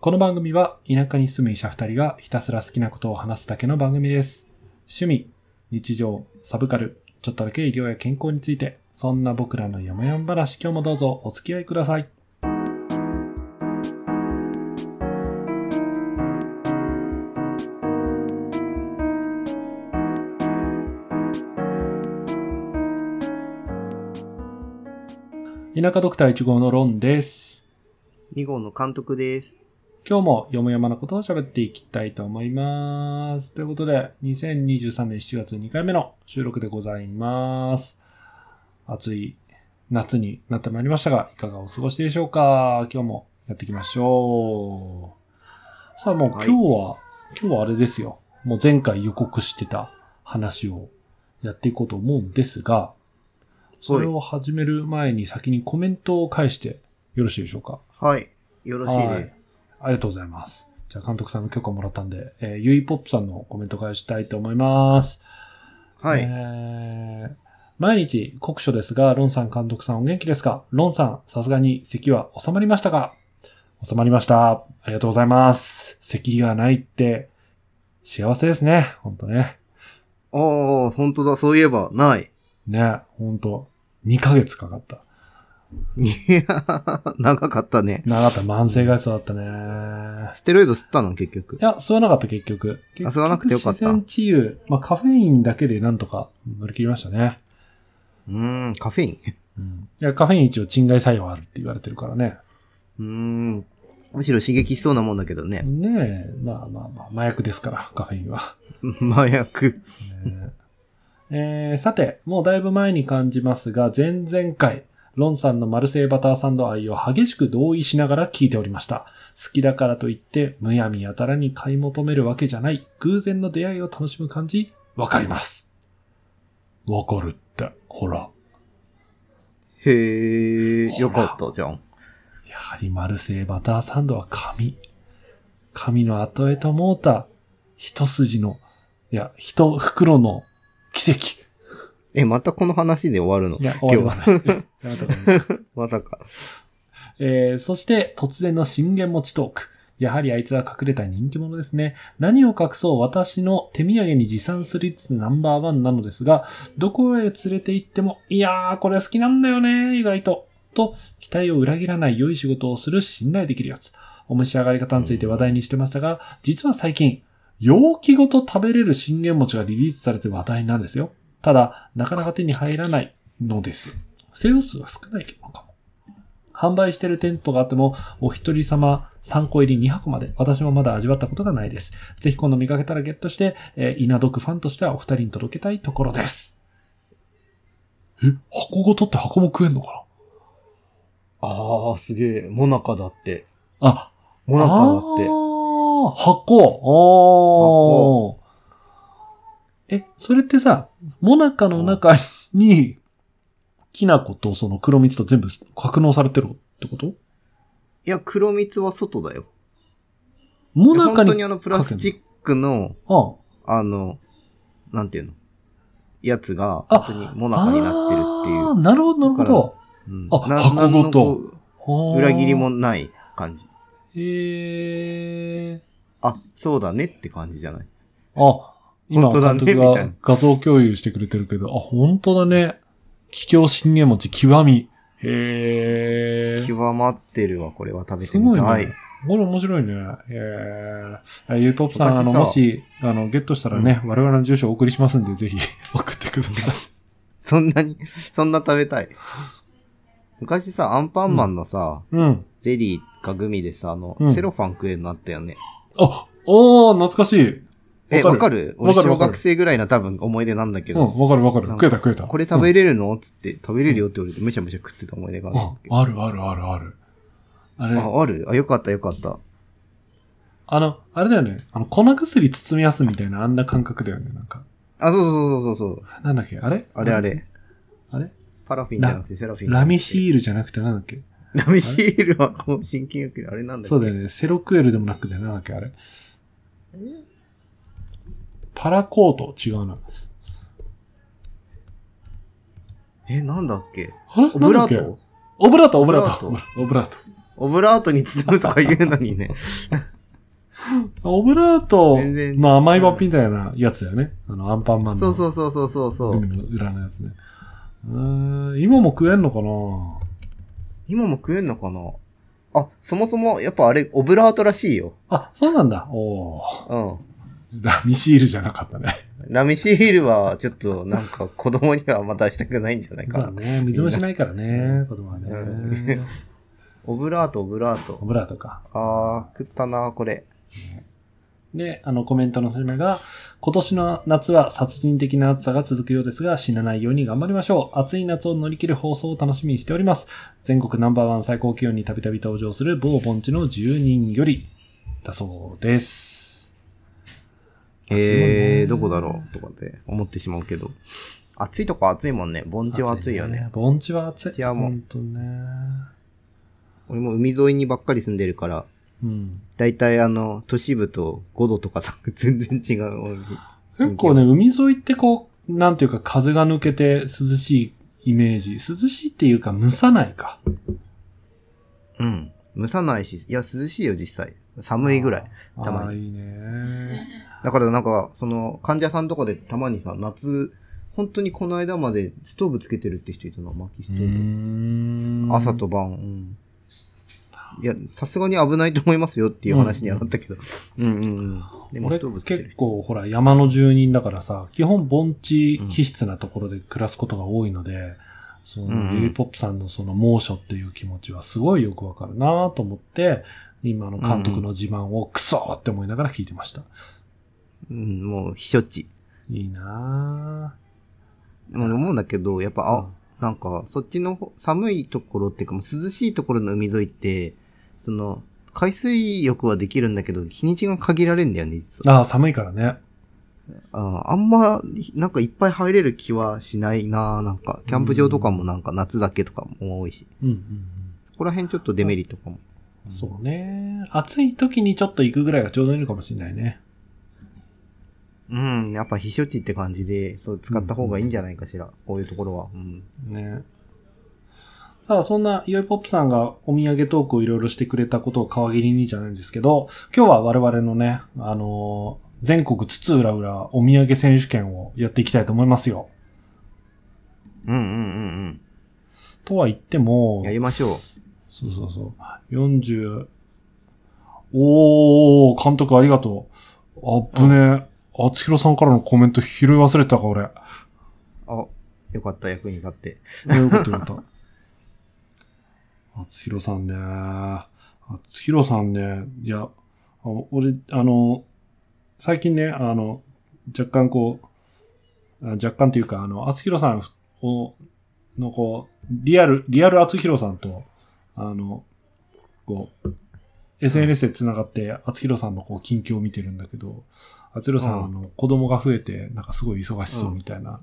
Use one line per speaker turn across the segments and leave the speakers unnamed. この番組は田舎に住む医者2人がひたすら好きなことを話すだけの番組です。趣味、日常、サブカル、ちょっとだけ医療や健康について、そんな僕らのやもやん話、今日もどうぞお付き合いください。田舎ドクター1号のロンです。
2号の監督です。
今日もよもやまなことを喋っていきたいと思います。ということで、2023年7月2回目の収録でございます。暑い夏になってまいりましたが、いかがお過ごしでしょうか今日もやっていきましょう。さあもう今
はい
日は、今日はあれですよ。もう前回予告してた話をやっていこうと思うんですが、それを始める前に先にコメントを返してよろしいでしょうか
はい。よろしいです。
ありがとうございます。じゃあ、監督さんの許可もらったんで、えーゆいぽっぷさんのコメント返したいと思います。
はい。
えー毎日、酷暑ですが、ロンさん監督さんお元気ですかロンさん、さすがに咳は収まりましたか収まりました。ありがとうございます。咳がないって、幸せですね。ほんとね。
ああ、本当だ。そういえば、ない。
ね、ほんと。2ヶ月かかった。
いや、長かったね。
なかった。慢性外傷だったね。
ステロイド吸ったの、結局
い。や、吸わなかった、結局。
あ吸わなくてよかった
結局自然治癒。まあ、カフェインだけでなんとか乗り切りましたね。
うーん、カフェイン。
うん。いや、カフェイン一応鎮害作用あるって言われてるからね。
うーん。むしろ刺激しそうなもんだけどね。
ねえ、まあまあまあ、麻薬ですから、カフェインは。
麻薬。
ね ええーさて、もうだいぶ前に感じますが、前々回、ロンさんのマルセイバターサンド愛を激しく同意しながら聞いておりました。好きだからといって、むやみやたらに買い求めるわけじゃない、偶然の出会いを楽しむ感じ、わかります。わかるって、ほら。
へえ、
ほら
よかったじゃん。
やはりマルセイバターサンドは神。神の後へと思うた、一筋の、いや、一袋の奇跡。
え、またこの話で終わるの
いや、終わりはない。やめと こう
まさか。
えーそして突然の信玄餅トーク。やはりあいつは隠れた人気者ですね。何を隠そう私の手土産に持参する率ナンバーワンなのですが、どこへ連れて行っても、いやー、これ好きなんだよね、意外と。と、期待を裏切らない良い仕事をする信頼できるやつ。お召し上がり方について話題にしてましたが、実は最近、容器ごと食べれる信玄餅がリリースされて話題なんですよ。ただ、なかなか手に入らないのですよ。製造数が少ないのかも。販売している店舗があっても、お一人様3個入り2箱まで、私もまだ味わったことがないです。ぜひ今度見かけたらゲットして、えー、稲毒ファンとしてはお二人に届けたいところです。え、箱ごとって箱も食えんのか
ああ、すげえ。モナカだって。
なあ、
モナカだって。
あー箱。あーえ、それってさ、モナカの中に、きな粉とその黒蜜と全部格納されてるってこと
いや、黒蜜は外だよ。
モナカ
本当
に、
にあの、プラスチックの、
あ
あの、なんていうのやつが、
あ
本当にモナカになってるってい
あ
う
ーなるほど、なるほど。
うん。
あ
な
箱ごと
なんのこう。裏切りも。ない感じ。
へえ。
あ、そうだねって感じじゃない。
あ、今、
本当だ
監
ね
督
みたい
が
な
画像共有してくれてるけど、あ、本当だね。桔梗信玄餅極み。へえ。
極まってるわ、これは食べ
す
てみ
ごいね。
たい。
これ面白いね。えー、ゆいぽっぷさん、あの、もし、あの、ゲットしたらね、我々の住所をお送りしますんで、ぜひ 送ってくだ さい。
そんなに、そんな食べたい。昔さ、アンパンマンのさ、
うん。
ゼリーかグミでさ、あの、
うん
セロファン食えるのあったよね。
あ、おー、懐かしい。
え、
わ
わ
か
か
る
る俺
わかる
小
わかる
学生ぐらいな多分思い出なんだけ
う
ど、
ん、わかるわかる。
なん
食
か
えた食えた。
これ食べれるのつって、食べれるよって俺むしゃむしゃ食ってた思い出があるんだけど
うんあるあるあるある。あれ、
あ、あるあ、よかったよかった。
あの、あれだよね。あの、粉薬包みやすみたいな、あんな感覚だよね。なんか。
あ、そうそうそうそうそう。
なんだっけあれ
あれあ。れ。
あれ
パラフィンじゃなくてセラフィン。
ラミシ
ー
ールじゃなくてなんだっけ
ル。ラミシールはこう心筋薬であれなんだっけ
そうだよね。セロクエルでもなくてなんだっけあれパラコート違うな。
え、なんだっけ
あれ
オブ
なんだ
ラ
っけ
ート
オブラート、オブラート。
オブラ
オブラート。
オオブラートに包むとか言うのにね。
オブラート
全然
の甘いバッピみたいなやつだよね。あの、アンパンマンの。
そうそうそうそうそうそう。
海の裏のやつね。うーん、今も食えんのかな
今も食えんのかなあ、そもそも、やっぱあれ、オブラートらしいよ。
あ、そうなんだ。おー
うん。
ラミシールじゃなかったね。
ラミシールは、ちょっと、なんか、子供にはまたしたくないんじゃない
そ
か
うだ
な。
ね。水虫ないからね、子供は
う
ね。
オブラート、オブラー
オ
ト。
ブラートか。
あー、食ったな、これ。
で、あのコメントの締めが、今年の夏は殺人的な暑さが続くようですが、死なないように頑張りましょう。暑い夏を乗り切る放送を楽しみにしております。全国ナンバーワン最高気温にたびたび登場する某盆地の住人より、だそうです。
えー、どこだろうとかって思ってしまうけど。暑いとこ暑いもんね。盆地は暑いよね。。
盆地は暑い。
いやも
ほ
う
んとね。
俺も海沿いにばっかり住んでるから、
うん。
だいたいあの、都市部と5度とかさ、 全然違う。
結構ね、海沿いってこう、なんていうか風が抜けて涼しいイメージ。涼しいっていうか蒸さないか。
うん。蒸さないし、いや、涼しいよ、実際。寒いぐらい。
あー。
たまに
あーいいね。
だからなんか、その、患者さんとかでたまにさ、夏、本当にこの間までストーブつけてるって人いたの、薪スト
う
ー
ーん
ブ。朝と。晩。うんいや、さすがに危ないと思いますよっていう話にはなったけど。うんうんうん。でも
俺
ストーブつけてる
結。構ほら山の住人だからさ、基本盆地気質なところで暮らすことが多いので、そ
うん
の
うん
ゆりポップさんのその猛暑っていう気持ちはすごいよくわかるなと思って、今の監督の自慢をクソーって思いながら聞いてました。
うん、もう、避暑地。
いいな
もう思うんだけど、やっぱ、あ、なんか、そっちの方寒いところっていうか、もう涼しいところの海沿いって、その、海水浴はできるんだけど、日にちが限られるんだよね、実は。
ああ、寒いからね。
ああんま、なんかいっぱい入れる気はしないななんか、キャンプ場とかもなんか夏だけとかも多いし、
うんうんうん。
そこら辺ちょっとデメリットかも。
そうね。暑い時にちょっと行くぐらいがちょうどいいのかもしれないね。
うん、やっぱ避暑地って感じで、そう、使った方がいいんじゃないかしら、こういうところは。うん。
ね。さあ、そんな、いよいポップさんがお土産トークをいろいろしてくれたことを皮切りにじゃないんですけど、今日は我々のね、あのー全国津々浦々お土産選手権をやっていきたいと思いますよ。
うんうんうん
とは言っても
うん。や、りましょ
そうそうそう、40、おー、監督ありがとう。あっぶね、あつひろさんからのコメント拾い忘れてたか、俺。
う。あ、よかった、役に立って。
あよかったよかった。あつひろさんね。あつひろさんね。いや、あ俺、あの、最近ね、あの、若干こう、あ若干というか、あの、あつひろさんを、のこう、リアル、リアルあつひろさんと、あの、こう、SNS で繋がって、あつひろさんのこう近況を見てるんだけど、あつひろさん、
うん
あの、子供が増えて、なんかすごい忙しそうみたいな。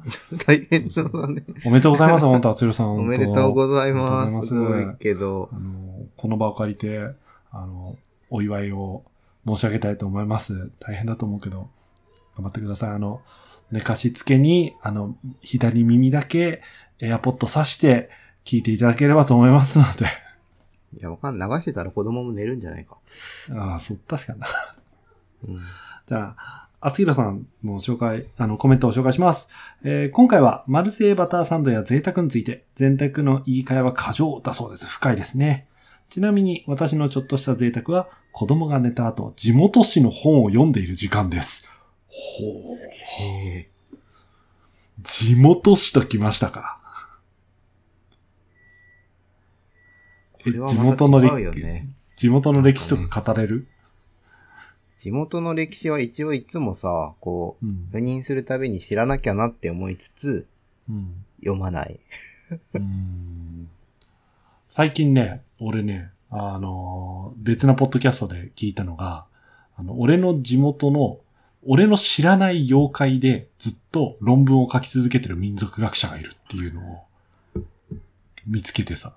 大変そうだね。
おめでとうござい ます、本当あつひろさん。
お
本当
めでとうございます。す
おめでとうご
ご
ざい
い
ます
けど。
あの、この場を借りて、あの、お祝いを申し上げたいと思います。大変だと思うけど、頑張ってください。あの、寝かしつけに、あの、左耳だけ、エアポッド挿して、聞いていただければと思いますので。
いや、わかんない。流してたら子供も寝るんじゃないか。
ああ、そう、確かにな。
うん。
じゃあ、厚弘さんの紹介、あの、コメントを紹介します。えー今回は、マルセイバターサンドや贅沢について、贅沢の言い換えは過剰だそうです。深いですね。ちなみに、私のちょっとした贅沢は、子供が寝た後、地元紙の本を読んでいる時間です。ほう。
へえ。
地元紙ときましたか。え、
これは
地
また
元の
違うよ
歴、
ね。
地元の歴史とか語れる、
地元の歴史は一応いつもさ、こう、
うん。
赴任するたびに知らなきゃなって思いつつ、
うん。
読まない。
うーん最近ね、俺ね、あのー、別なポッドキャストで聞いたのが、あの、俺の地元の、俺の知らない妖怪でずっと論文を書き続けてる民族学者がいるっていうのを見つけてさ、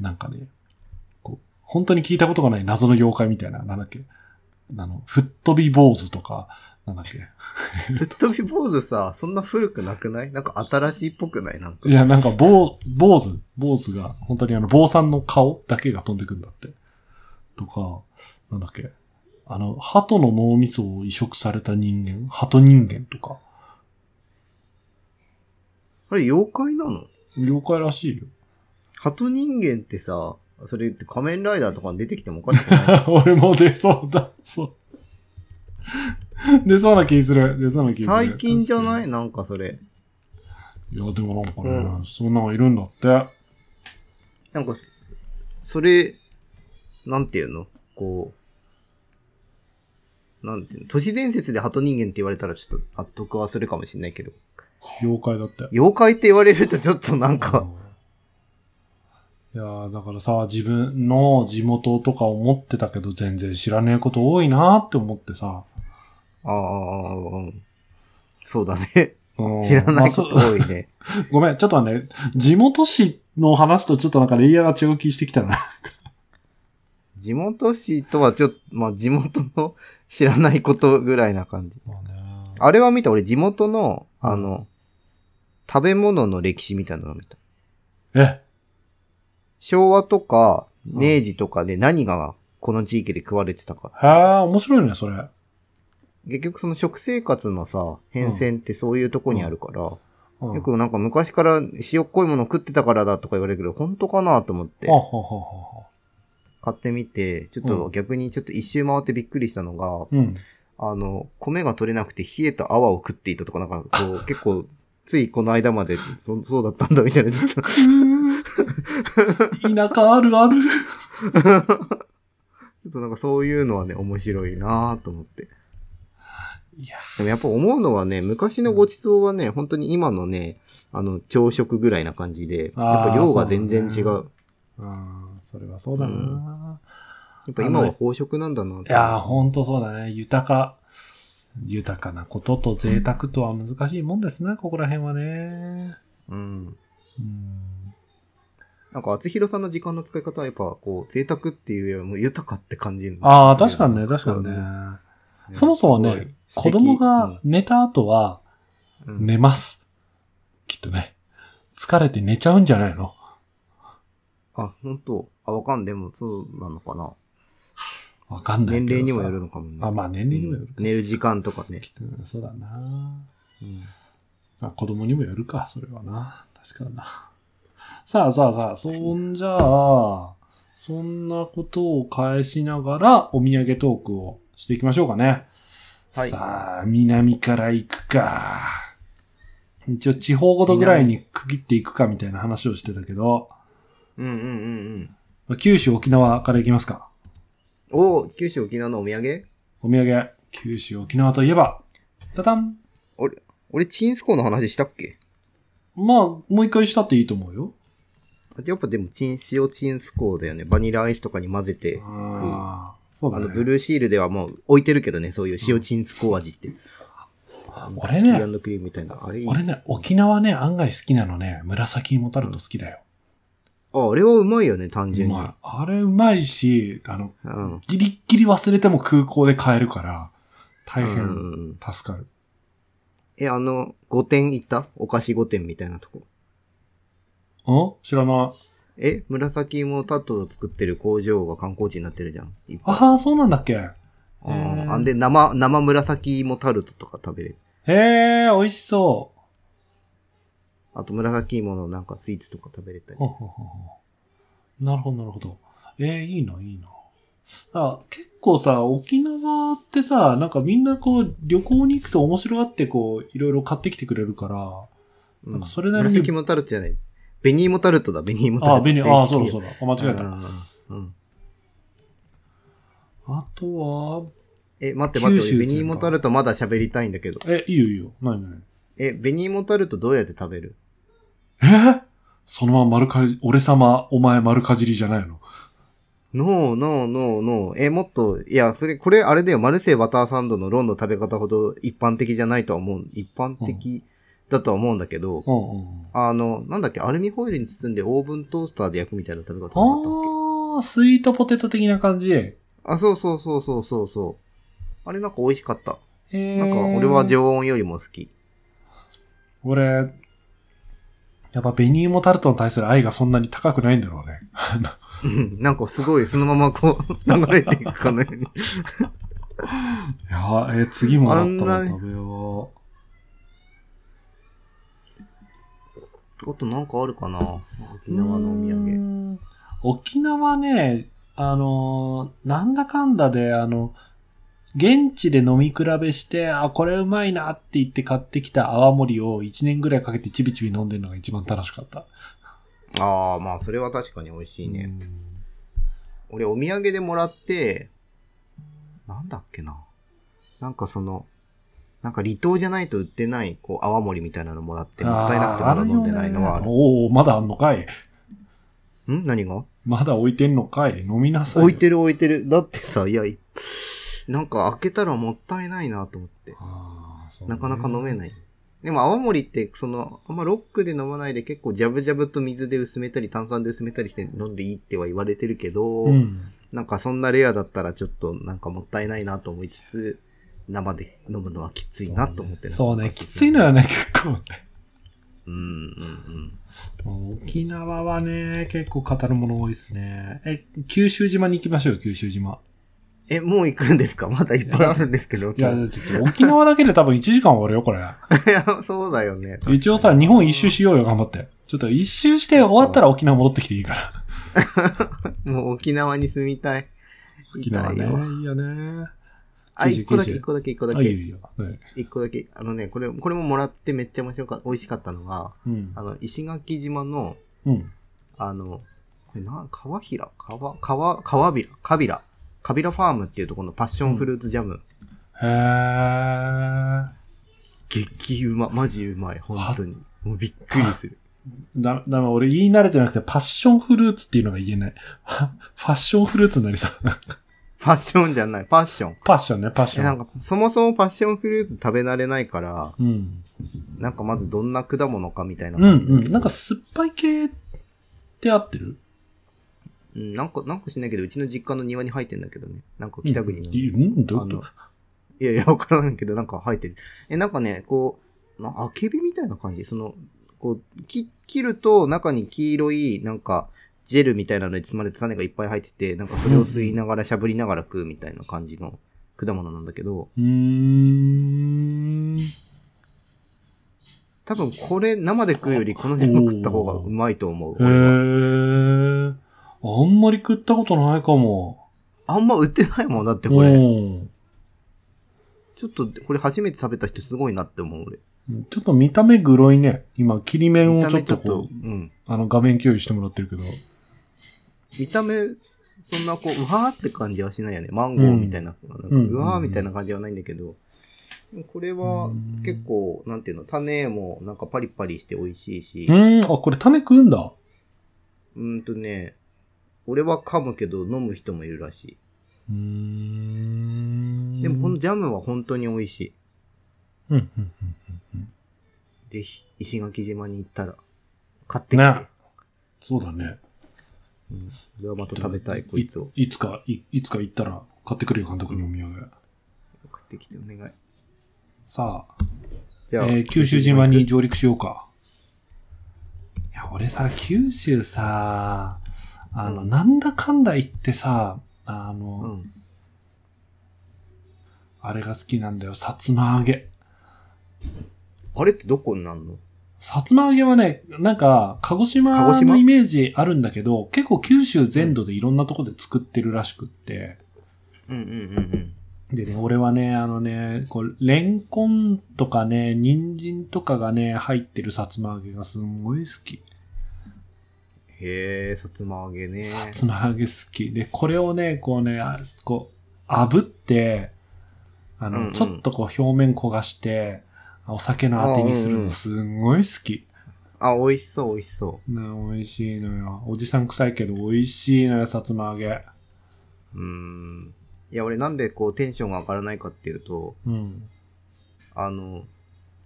なんかね、こう、本当に聞いたことがない謎の妖怪みたいな、なんだっけ、あの、吹っ飛び坊主とか、なんだっけ。
ぶっ飛び坊主さ、そんな古くなくないなんか新しいっぽくないなんか。
いや、なんか、坊、坊主、坊主が、本当にあの、坊さんの顔だけが飛んでくんだって。とか、なんだっけ。あの、鳩の脳みそを移植された人間、鳩人間とか。
あれ、妖怪なの
妖怪らしいよ。
鳩人間ってさ、それって仮面ライダーとかに出てきてもおかしく ない
俺も出そうだ。そう。出そうな気する。出そうな気する。
最近じゃないいなんかそれ。
いや、でもなんかね、
う
そんなのいるんだって。
なんかそ、それ、なんていうのこう、なんていうの都市伝説で鳩人間って言われたらちょっと納得はするかもしれないけど、
妖怪だって。
妖怪って言われるとちょっとなんか、
いやーだからさ、自分の地元とか思ってたけど、全然知らねえこと多いなーって思ってさ。
ああ、うんそうだね。
うん
知ら
ま
な
あ
い
そ
こと多いね。
ごめん、ちょっとね、地元市の話とちょっとなんかレイヤーが違う気してきた な。
地元市とはちょっと、まあ地元の 知らないことぐらいな感じ。
まあね
あれは見た俺地元の、あの、食べ物の歴史みたいなのを見た。
え、
昭和とか、明治とかで何がこの地域で食われてたか。
へー面白いね、それ。
結局その食生活のさ、変遷ってそういうとこにあるから、
うん
よくなんか昔から塩っこいもの食ってたからだとか言われるけど、本当かなと思って
はあ、はあはあはあ
買ってみて、ちょっと逆にちょっと一周回ってびっくりしたのが、
うん。
あの、米が取れなくて冷えた泡を食っていたとか、なんかこう、結構、ついこの間までそ、そうだったんだみたいな、ずっとち
田舎あるある。
ょっとなんかそういうのはね、面白いなぁと思って。
いや
でもやっぱ思うのはね、昔のごちそうはね、本当に今のね、あの、朝食ぐらいな感じで、
あー
やっぱ量が全然違。
そうううん、それはそうだな、
やっぱ今は飽食なんだなと思って
いやー、ほんとそうだね。豊か、豊かなことと贅沢とは難しいもんですね、ここら辺はね。う
うん。
ん。
なんか、厚弘さんの時間の使い方はやっぱ、こう、贅沢っていうよりも豊かって感じる
ああ、確かにね、確かにね。そもそもね、子供が、寝た後は
うんうん
寝ます。きっとね。疲れて寝ちゃうんじゃないの
あ、本当あ、わかん、でもそうなのかな。
わかんないけどさ
年齢にもよるのかもね。
あ、まあ年齢にもよるか
うん寝る時間とかね。
きっとねそうだな。まあ、子供にもよるか、それはな。確かにな。 さあさあさあ、そんじゃあ、そんなことを返しながら、お土産トークをしていきましょうかね。
はい
さあ、南から行くか。一応、地方ごとぐらいに区切っていくかみたいな話をしてたけど、
うんうんうん
まあ九州、沖縄から行きますか。
うん。おー九州沖縄のお土産
お土産、九州、沖縄といえば、たたん
俺、チンスコーの話したっけ
まあ、もう一回したっていいと思うよ。
やっぱでもチン、塩チンスコーだよね。バニラアイスとかに混ぜて。
ああ、そう
あ
だ
の、
ね。
ブルーシールではもう置いてるけどね、そういう塩チンスコー味って。
俺ね
キークリームみたいな。あれいい。あ
俺ね、沖縄ね、案外好きなのね、紫芋タルト好きだよ。
あれはうまいよね、単
う
純に。
まい。あれうまいし、あの、
うん。
ギリッギリ忘れても空港で買えるから、大
う
変
ん。
助かる。
え、あの、5点行ったお菓子5点みたいなとこ。
うん知らない。
え、紫芋タットを作ってる工場が観光地になってるじゃん。いっぱい
ああ、そうなんだっけ。へ
あ
へ
ー
ー
あんで、生、生紫芋タルトとか食べれる。
え、美味しそ
あと、紫芋のなんかスイーツとか食べれ
う。
たり
ほ。んほんほんほんなるほど、なるほど。ええ、いいな、いいな。あ結構さ、沖縄ってさ、なんかみんなこう、旅行に行くと面白がってこう、いろいろ買ってきてくれるから、
うん
なんかそれなりに
紫芋タルトじゃない。紅芋タルトだ、紅芋タル
あ
ト。
あ、便利、ああ、そうだ
う。
そうだ。あ、間違えた。
うんうん。
あとは、
え、待って待っ
九
て、
州
俺、
全
紅
般
芋タルトまだ喋りたいんだけど。
え、いいよいいよ。ないない。
え、紅芋タルトどうやって食べる
えそのまま丸かじ、俺様、お前丸かじりじゃないの。
ノー、ノー、ノー、ノー。え、もっと、いや、それ、これ、あれだよ、マルセイバターサンドのロンの食べ方ほど一般的じゃないとは思う。一般的だとは思うんだけど、
うんうん。
あの、なんだっけ、アルミホイルに包んでオーブントースターで焼くみたいな食べ方なかったっけ
ああ、スイートポテト的な感じ。え
あ、そうそうそうそうそうそう。あれなんか美味しかった。
えー、
なんか、俺は常温よりも好き。
俺、やっぱベニーモタルトに対する愛がそんなに高くないんだろうね。
うんなんかすごい、そのままこう、 流れていくかのように。
いやー、えー次もらった
あん
ら
な
食べよ
あとなんかあるかな沖
う。
縄のお土産。
産。沖縄ね、あのーなんだかんだで、あの、現地で飲み比べして、あ、これうまいなって言って買ってきた泡盛を1年ぐらいかけてちびちび飲んでるのが一番楽しかった。
ああ、まあそれは確かに美味しいね。俺お土産でもらって、なんだっけな。なんかその、なんか離島じゃないと売ってない、こう、泡盛みたいなのもらって、もったいなくてまだ飲んでないのはあ
あーあ
る
よね。おおまだあんのかい。
ん何が
まだ置いてんのかい。飲みなさいよ。
置いてる置いてる。だってさ、いや、いなんか開けたらもったいないなと思って。
あーそうね
なかなか飲めない。でも泡盛って、その、あんまロックで飲まないで結構ジャブジャブと水で薄めたり炭酸で薄めたりして飲んでいいっては言われてるけど、
うん。
なんかそんなレアだったらちょっとなんかもったいないなと思いつつ、生で飲むのはきついなと思って
そうね、きついのよ
ね。
ね、結構ね。
うんうん
沖縄はね、結構語るもの多いですね。え、九州島に行きましょうよ、九州島。
うん。え、もう行くんですかまだいっぱいあるんですけど。
いや、
今
だって沖縄だけで多分1時間終わるよ、これ。
日いや そうだよね。
一応さ、日本一周しようよ、頑張って。ちょっと一周して終わったら沖縄戻ってきていいから。
もう沖縄に住みたい。
沖縄
い
ね。
たいよ
いいよね。
あ、一個だけ、
九州
一個だけ、一個だ
あ、いいよ
け。
いいよ。はい
一個だけ。あのね、これ、これももらってめっちゃ面白かった、美味しかったのが、
うん
あ。の、石垣島の、
うん。
あの、これな、川平川、川、川びら、カビラ、カビラファームっていうところのパッションフルーツジャム。
へー。
激うま、マジうまい、本当に。もうびっくりする。
だ、だめ、俺言い慣れてなくて、パッションフルーツっていうのが言えない。 ファファッションフルーツになりそう。
ファッションじゃない、パッション。
パッションね、パッシ
え、な
ョ
ん
ン。
か、そもそもパッションフルーツ食べ慣れないから、
うん。
なんかまずどんな果物かみたいな
うん
感じ。
うん。なんか酸っぱい系って合ってる
うん、なんか、なんかしないけど、うちの実家の庭に入ってんだけどね。なんか北国の。
う
い
ん、うんどういうこ
あやいや、わからないけど、なんか入ってる。え、なんかね、こう、なあけびみたいな感じ。その、こう、き切ると中に黄色い、なんか、ジェルみたいなのに包まれて種がいっぱい入ってて、なんかそれを吸いながらしゃぶりながら食うみたいな感じの果物なんだけど、
とうーん。
多分これ生で食うよりこの時間食った方がうまいと思う
へ。ー。あんまり食ったことないかも。
あんま売ってないもんだってこ
う
れ。
ん
ちょっとこれ初めて食べた人すごいなって思う俺。
ちょっと見た目グロいね。今、切り面
見
を
た
ちょ
目
っとこう、
うん。
あの、画面共有してもらってるけど。
見た目、そんなこう、うわーって感じはしないよね。マンゴーみたいな。なんか
うん
うわーみたいな感じはないんだけど。でもこれは結構、なんていうの、種もなんかパリパリして美味しいし
う。ーん、あ、これ種食うんだ。
うーんとね、俺は噛むけど飲む人もいるらし
うーん。
い。でもこのジャムは本当に美味しい。
うん、うん、うんうん。うん
ぜひ、石垣島に行ったら、買ってきて。
ねそうだね。
うん俺はまた食べたい、こいつを。
いつか、いいつか行ったら買ってくるよ、監督にお土産。
送ってきてお願い。
さあ、
じゃあ、
えー九州島に上陸しようか。いや、俺さ、九州さ、あの、
うん
なんだかんだ言ってさ、あ
う
の、
ん。
あれが好きなんだよ、さつま揚げ。
あれってどこになんの
さつま揚げはね、なんか、鹿児
鹿
島
児
の
島
イメージあるんだけど、結構九州全土でいろんなとこで作ってるらしくって、
うんうんうんうん。
でね、俺はね、あのね、こう、レンコンとかね、人参とかがね、入ってるさつま揚げがすんごい好き。
へえ、さつま揚げね。
さつま揚げ好き。で、これをね、こうね、あこう、炙って、あの、
うんうん
ちょっとこう表面焦がして、お酒のあてにする
あうんう
の
ん
すんごい好き。
あ、美味しそう、美味しそ
ね、美味しいのよ。おじさん臭いけど美味しいのよ、さつま揚げ。
う。うーん。いや、俺なんでこうテンションが上がらないかっていうと、
うん。
あの、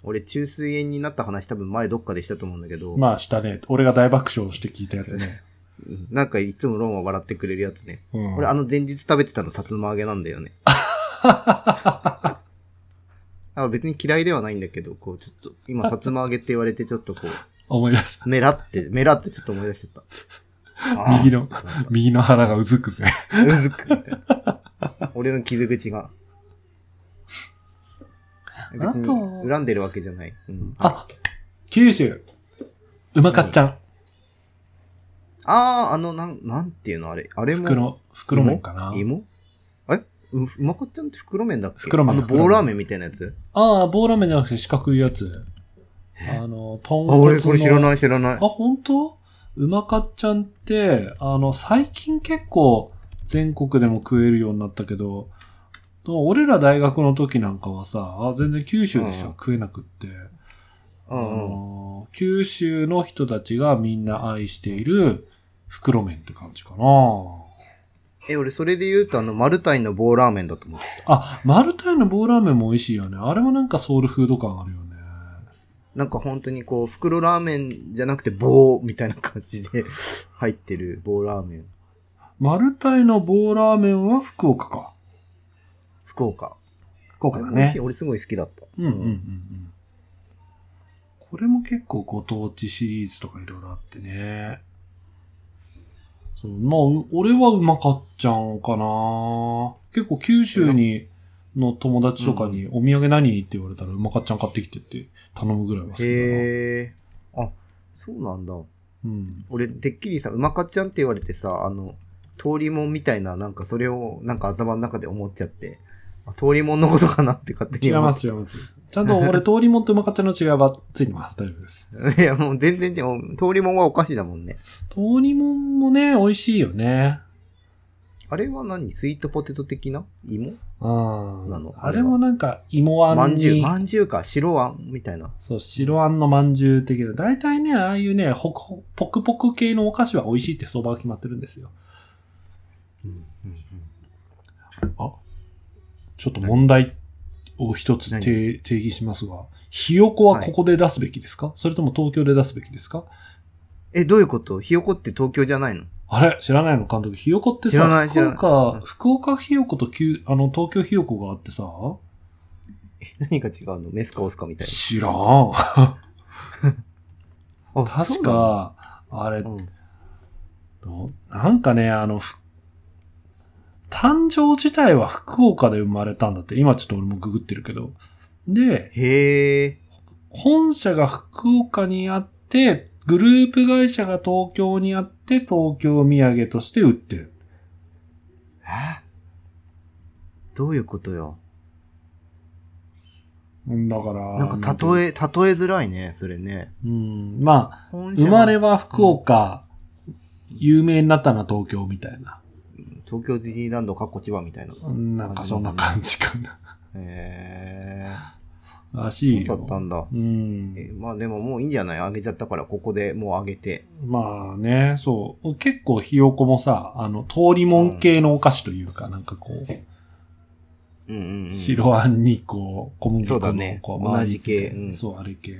俺中水炎になった話多分前どっかでしたと思うんだけど、
まあ、したね。俺が大爆笑して聞いたやつ ね。
うんなんかいつもロンは笑ってくれるやつね。
うん。
俺あの前日食べてたのさつま揚げなんだよね。あ別に嫌いではないんだけど、こう、ちょっと、今、さつま揚げって言われて、ちょっとこう、
思い出した。
メラって、メラってちょっと思い出しちゃった。あー
右の
なんか
右の腹がうずくぜ。
うずくみたいな。俺の傷口が。別に
あと
恨んでるわけじゃない。うん、あ
あ、 九州。うまかっちゃん。
あー、あの、なん、なんていうのあれ。あれも。
袋、袋麺かな。
芋えううまかっちゃんって袋麺だっけ
袋麺
あの棒ラーメンみたいなやつ
ああ、棒ラーメンじゃなくて四角いやつ。
え
あの、豚
あ、
骨の。
俺これ知らない知らない
あ、。本当うまかっちゃんって、あの、最近結構全国でも食えるようになったけど、俺ら大学の時なんかはさ、あ全然九州でしか
うん
食えなくって、
う
あ
んうん。
の九州の人たちがみんな愛している袋麺って感じかな。
え、俺それで言うとあの、マルタイの棒ラーメンだと思ってた。
あ、マルタイの棒ラーメンも美味しいよね。あれもなんかソウルフード感あるよね。
なんか本当にこう、袋ラーメンじゃなくて棒みたいな感じで入ってる棒ラーメン。
マルタイの棒ラーメンは福岡か。
福岡。
福岡だね
美味しい。俺すごい好きだった。
うんうんうんうん。これも結構ご当地シリーズとかいろいろあってね。そうまあ、う俺はうまかっちゃんかな。結構九州にの友達とかにお土産何って言われたらうまかっちゃん買ってきてって頼むぐらいは好きだな。
へえ。あ、そうなんだ。
うん。
俺、てっきりさ、うまかっちゃんって言われてさ、あの、通りもんみたいな、なんかそれを、なんか頭の中で思っちゃって、あ通りもんのことかなって勝手
違い
に思
ま
っ
す違います。ちゃんと俺通りもんとうまかっちゃんの違いはついてます。大丈夫です。
て。いや、もう全然違う。通りもんはお菓子だもんね。
通りもんもね、美味しいよね。
あれは何スイートポテト的な芋
うん。
なの
あれもなんか芋あんに。
まんじゅう、まんじゅうか、白あんみたいな。
そう、白あんのまんじゅう的な。大体ね、ああいうね、ほくほポクポク系のお菓子は美味しいって相場は決まってるんですよ。ちょっと問題を一つ
何
提定義しますが、ひよこはここで出すべきですか、それとも東京で出すべきですか
え、どういうことひよこって東京じゃないの
あれ知らないの監督。ひよこって
知らな
さ、
い
福
知らな
岡
い、
福岡ひよこと旧あの、東京ひよこがあってさ、
何が違うのメスかオスかみたい
知らん。
な。あ
確。か、あれ
そうな、のうん
どうなんかね、あの、ふ誕生自体は福岡で生まれたんだって。今ちょっと俺もググってるけど。で、
へえ。
本社が福岡にあって、グループ会社が東京にあって、東京土産として売ってる。
えどういうことよ。
うんだから。
なんか
え。
例え、例えづらいね、それね。
うん。まあ、
本社
生
が
まれは福岡、有名になったな東京みたいな。
東京ディズニーランドかっこ千葉みたいな。
うんなんかそんな感じかな。
へ
ら
え
しい
そうだった
よ。
んだ。
うん。
えまあでももういいんじゃないあげちゃったから、ここでもうあげて。
まあね、そう。結構ひよこもさ、あの、通りもん系のお菓子というか、なんかこう、
うんうん、うん。。
白あんにこう、小麦粉
そうだ
の
ね
こう、
同じ系
周り
うん
そう、あれ系。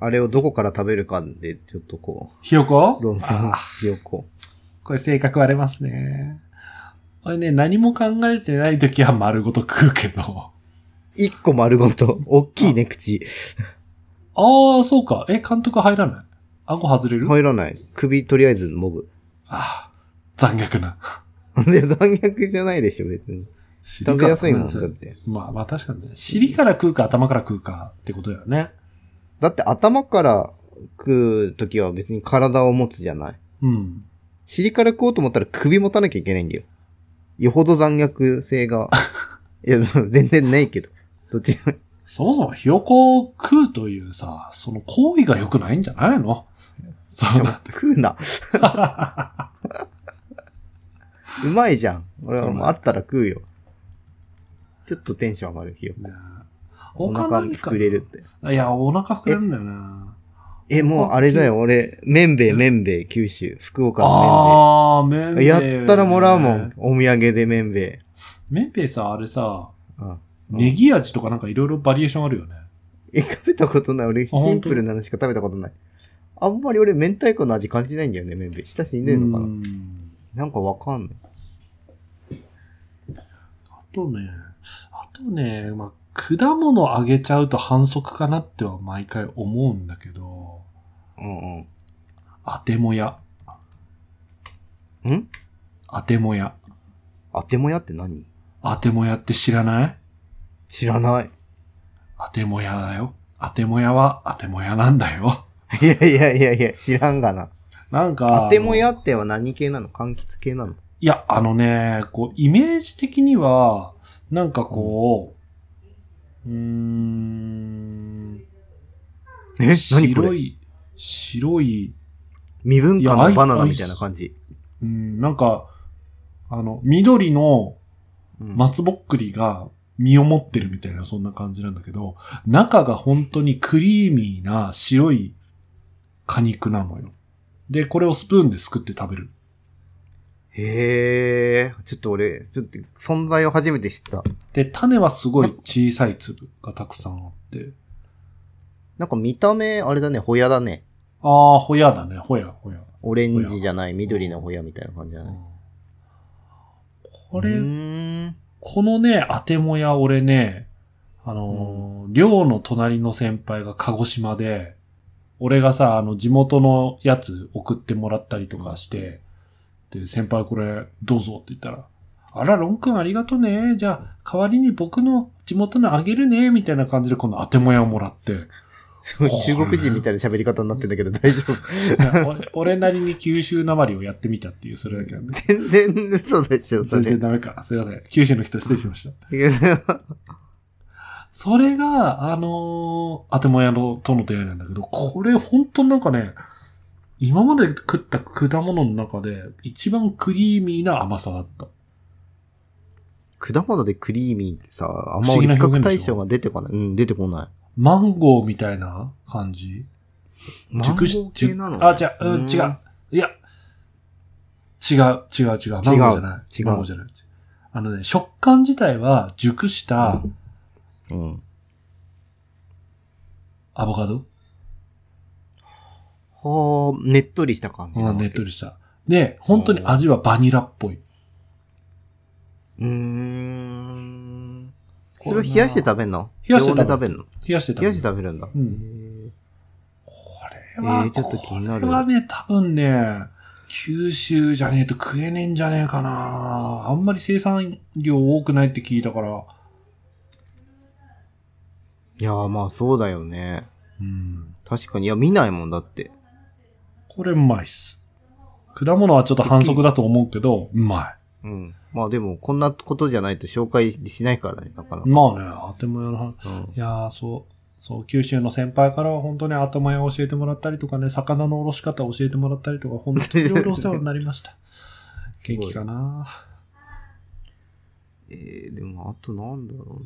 あれをどこから食べるかで、ちょっとこ
ひよこ
う、論争
あ、
ひよこ。
これ性格割れますね。これね、何も考えてない時は丸ごと食うけど。
一個丸ごと。大きいね、口。
ああ、そうか。え、監督入らない顎外れる、
入らない。首とりあえずもぐ。
ああ、残虐な。
で、残虐じゃないでしょ、別に。食べやすいもん、だって。
まあまあ確かにね。尻から食うか頭から食うかってことだよね。
だって頭から食うときは別に体を持つじゃない。
うん。
尻から食おうと思ったら首持たなきゃいけないんだよ。よほど残虐性 が。いや、全然ないけど。どっちも。
そもそもひよこを食うというさ、その行為が良くないんじゃないのそうなってく
食 うな。
る。
うまいじゃん。俺は
う
もう
まい
あったら食うよ。ちょっとテンション上がる日よ。
ねえ
お
他
腹
何か
膨れるって。
いや、お腹膨れるんだよな。
え、もうあれだよ、俺。麺べい、麺べい、九州。福岡の
ああ、めん
麺べ
べい
い。やったらもらうもん。。お土産で麺べい。
めんべいさ、あれさ、
あ
ネギ味とかなんかいろいろバリエーションあるよね。
え、食べたことない。俺、シ
本当
ンプルなのしか食べたことない。あんまり俺、明太子の味感じないんだよね、麺べい。親しんでんのか
う
な。
ん
なんかわかんない。
あとね、あとね、まあ、果物あげちゃうと反則かなっては毎回思うんだけど、
うん
あてもや、
うん。ん
あてもや。
あてもやって何
あてもやって知らない
知らない。
あてもやだよ。あてもやはあてもやなんだよ。
いやいやいやいや、知らん がな。
なんか、
あてもやっては何系なの柑橘系なの
いや、あのね、こう、イメージ的には、なんかこう、うーん、
え何こ
白
れ
い、白い、
未文化
いやア
の
イ
バナナみたいな感じ。
うん、なんか、あの、緑の
うん
松ぼっくりが身を持ってるみたいな、そんな感じなんだけど、中が本当にクリーミーな白い果肉なのよ。で、これをスプーンですくって食べる。
へえ、ちょっと俺、ちょっと存在を初めて知った。
で、種はすごい小さい粒がたくさんあって、
なんか見た目、あれだね、ホヤだね。
ああ、ホヤだね、ホヤ、ホヤ。
オレンジじゃない、緑のホヤみたいな感じだね。
これ、
うーん。
このね、あてもや、俺ね、あのー寮の隣の先輩が鹿児島で、俺がさ、あの、地元のやつ送ってもらったりとかして、で、先輩これ、どうぞって言ったら、あら、ロン君ありがとね。じゃあ、代わりに僕の地元のあげるね。みたいな感じで、このあてもやをもら って。
すごい中国人みたいな喋り方になってんだけど大丈夫。
いや俺俺なりに九州なまりをやってみたっていう、それだけなん で。
全然嘘でしょ、そ
全
れ
然。ダメか。すいません。九州の人失礼しました。
いや
それが、あのー、あてもやのとの出会いなんだけど、これ本当なんかね、今まで食った果物の中で一番クリーミーな甘さだった。
果物でクリーミーってさ、あん
不
ま
思議な
俺比
表
較
現でしょ
対象が出てこない。うん、出てこな
マンゴーみたいな感じ。
い。
熟し
マンゴー系なの
熟あ、じゃうん、違う。。いや、違う、違う、違う。マンゴーじゃない。
違う
マンゴーじゃない。あのね、食感自体は熟した
うん。
アボカド、
はあ、ねっとりした感じな
う
わ
ん、
け
ねっとりした。で、本当に味はバニラっぽい。
うーん。それを冷やして食べんの
冷やして
常
食べ
温
る
で食べんの
冷やして食
冷
べ
や
る
して食べるんだ。
うんこれは、
えーちょっと気になる
これはね、多分ね、九州じゃねえと食えねえんじゃねえかな。あんまり生産量多くないって聞いたから。
いやーまあそうだよね。
うん。
確かに。いや、見ないもんだって。
これうまいっす。果物はちょっと反則だと思うけど、うま。
うん。まあでも、こんなことじゃないと紹介しないからね、なかないか。
まあね、あてもやの話。
うん
いやー、そう。そう、九州の先輩からは本当に頭や教えてもらったりとかね、魚のおろし方教えてもらったりとか、本当にいろいろお世話になりま した。
ごい
元気かな。
えー、でも、あとなんだろ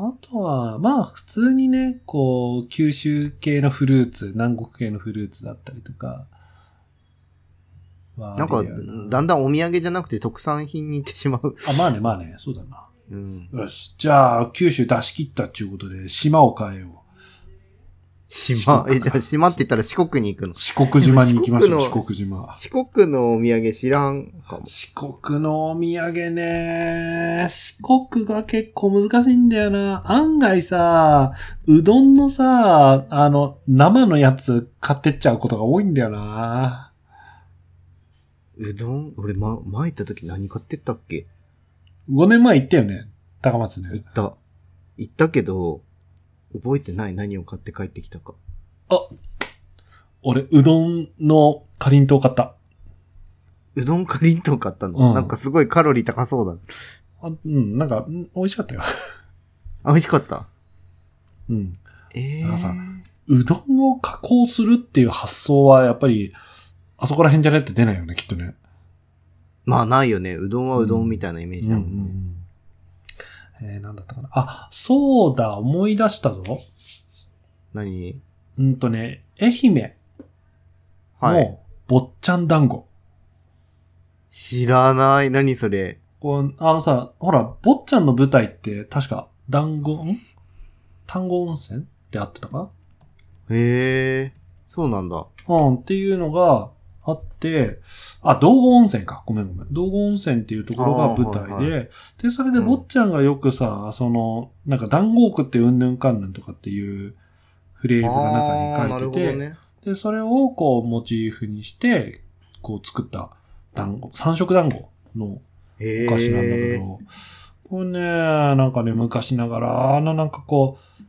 あとは、まあ普通にね、こう、九州系のフルーツ、南国系のフルーツだったりとかは
う
ある
な。なんか、
よ
だんだんお土産じゃなくて特産品に行ってしまう。
あ、まあね、まあね、そうだな。
うん。
よし、じゃあ、九州出し切ったっていうことで、島を変えよ四。
島
国
え、じゃあ島って言ったら四国に行くの
う。。四国島に行きましょう、
でも
四
四
国島。
四国のお土産知らんかも。
四国のお土産ね。四国が結構難しいんだよな。案外さ、うどんのさ、あの、生のやつ買ってっちゃうことが多いんだよな。
うどん俺、ま、前行った時何買ってったっけ
5年前行ったよね。高松ね
行。った。行ったけど、覚えてない何を買って帰ってきたか。
俺、うどんのかりんとう買った。
うどんかりんとう買ったの、
うん
なんかすごいカロリー高そうだ。
あうん、なんか、うん美味しかったよ。
あ、美味しかった。
うん。
ええ
なんかさうどんを加工するっていう発想は、やっぱり、あそこら辺じゃないと出ないよね、きっとね。
まあないよね。うどんはうどんみたいなイメージだもんね。
うんうんえー、なんだったかな。あ、そうだ、思い出したぞ。
何
うんとね、愛媛
はい。
の坊っちゃん団子。
知らない。何それ。
こう、あのさ、ほら、坊っちゃんの舞台って、確か、団子、ん丹後温泉ってあってたかな
へえ。そうなんだ。
うん、っていうのが、あって、あ、道後温泉か。ごめんごめん。道後温泉っていうところが
あー
舞台
はい
で、で、それで
うん
坊っちゃんがよくさ、その、なんか、談合区ってうんぬんかんぬんとかっていうフレーズが中に書いてて、
ね。
で、それをこう、モチーフにして、こう作った団子、三色団子の
へ
お菓子なんだけ
ー
ど、これね、なんかね、昔ながら、あのなんかこう、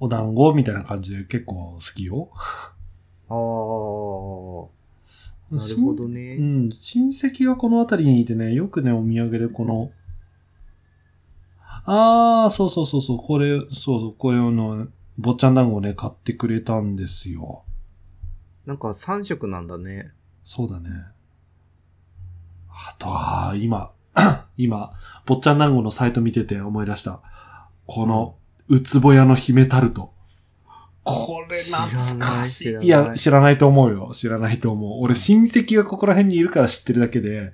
お団子みたいな感じで結構好きよ。
ああ、なるほど
う
ね。
ん、親戚がこの辺りにいてね、よくね、お土産でこの、ああ、そうそうそうそう、これ、そうそう、これの、坊ちゃん団子をね、買ってくれたんですよ。
なんか3色なんだね。
そうだね。あとは、今、 今、坊ちゃん団子のサイト見てて思い出した。この、うつぼ屋の姫タルト。これ懐かしい。
知らな
や、
いい知らない
知らないと思うよ。知らないと思う。俺、親戚がここら辺にいるから知ってるだけで、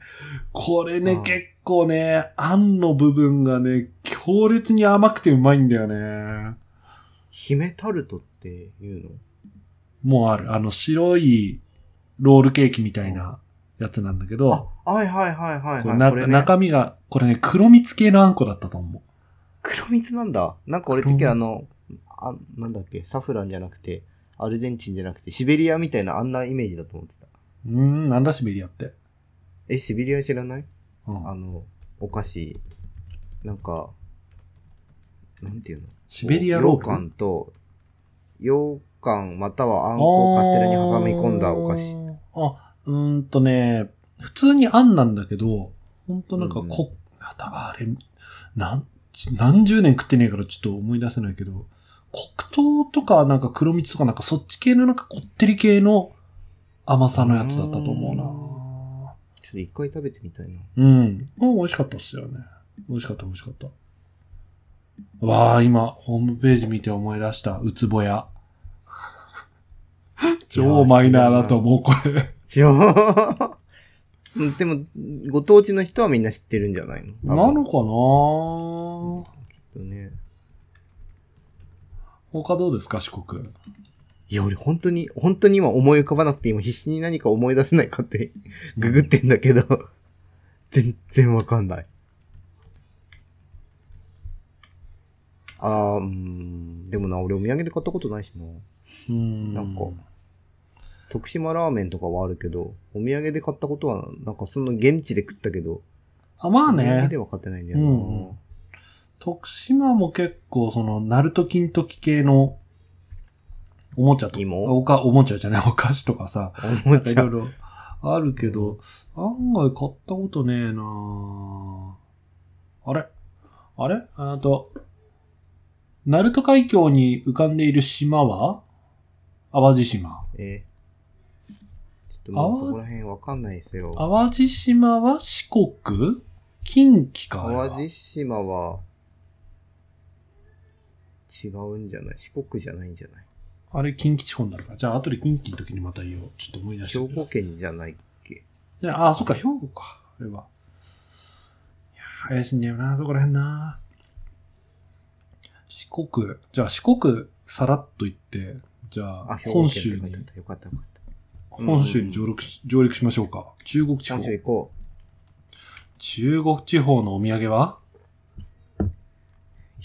これね、
うん
結構ね、あんの部分がね、強烈に甘くてうまいんだよね。
姫タルトっていうの
もうある。あの、白いロールケーキみたいなやつなんだけど、
あ、はいはいはいはい、
これ
はい。
な
これね、
中身が、これね、黒蜜系のあんこだったと思
黒蜜なんだ。なんか俺的に
黒
あ
蜜
の、あ、なんだっけ、サフランじゃなくて、アルゼンチンじゃなくて、シベリアみたいなあんなイメージだと思ってた。
う。うーん、なんだシベリアって。
え、シベリア知らない
うん
あの、お菓子。なんか、なんていうの
シベリアロール
羊羹と、羊羹またはあんこをカステラに挟み込んだお菓子。。
あーあ、うーんとね、普通にあんなんだけど、ほんとなんか
うん
こ、ああれ、なん、何十年食ってねえからちょっと思い出せないけど、黒糖とかなんか黒蜜とかなんかそっち系のなんかこってり系の甘さのやつだったと思うな。
ちょっと一回食べてみたいな。
うん。もう美味しかったっすよね。美味しかった、美味しかった。わあ、今、ホームページ見て思い出した。うつぼ や。超マイナーだと思う、これ。
一応うんでも、ご当地の人はみんな知ってるんじゃないの
なのかな
多分ね。
他どうですか、四国。
いや、俺本当に、本当に今思い浮かばなくて、今必死に何か思い出せないかって ググってんだけど、全然わかんない。あー、うーん、でもな、俺お土産で買ったことないしな。
うん。
なんか徳島ラーメンとかはあるけど、お土産で買ったことは、なんかその現地で食ったけど、
あ、まあ
お土産
ね
で。は買ってないんだよな。
うんうん徳島も結構、その、ナルト金時系の、おもちゃとか、
芋
おか、おもちゃじゃない、お菓子とかさ、
おも
い
ちゃ
ろい。ろあるけど、案外買ったことねえなああれあれあと、鳴門海峡に浮かんでいる島は淡路島。
えーちょっともうそこら辺わかんないですよ。
淡路島は四国近畿か。あれは
淡路島は、違うんじゃない四国じゃないんじゃない
あれ近畿地方になるから。じゃあ、後で近畿の時にまた言おう。ちょっと思い出して
兵庫県じゃないっけ
じゃあ、あ、そっか、兵庫か。あれは。いやー、怪しいんだよな、そこら辺な。四国。じゃあ、四国、さらっと行って、じゃあ、
あ、兵庫
本
県っ
州
て書い
に
てあっ、た。よかったよかった。うん
本州に上陸し上陸しましょうか。中国地方
本。州行こう。
中国地方のお土産はい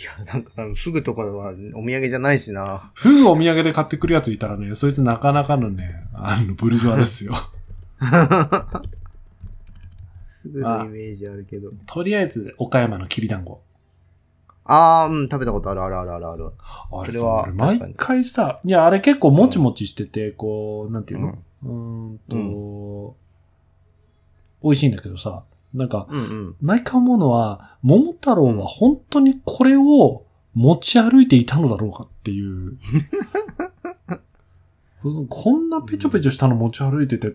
や、なんか、フグとかはお土産じゃないしな。
フグお土産で買ってくるやついたらね、そいつなかなかのね、あの、ブルジョアです よ。
フグのイメージあるけど。
とりあえず、岡山のきりだんご。
あー、うん、食べたことあるあるあるあるある。
あれ
それ
さ、
は
俺
確か
毎
に
回さ、いや、あれ結構もちもちしてて、こう、なんていうの、
うん
うーんと、美味しいんだけどさ、なんか、
うんうん。
毎回思うのは、桃太郎は本当にこれを持ち歩いていたのだろうかって いう。ここんなペチョペチョしたの持ち歩いてて、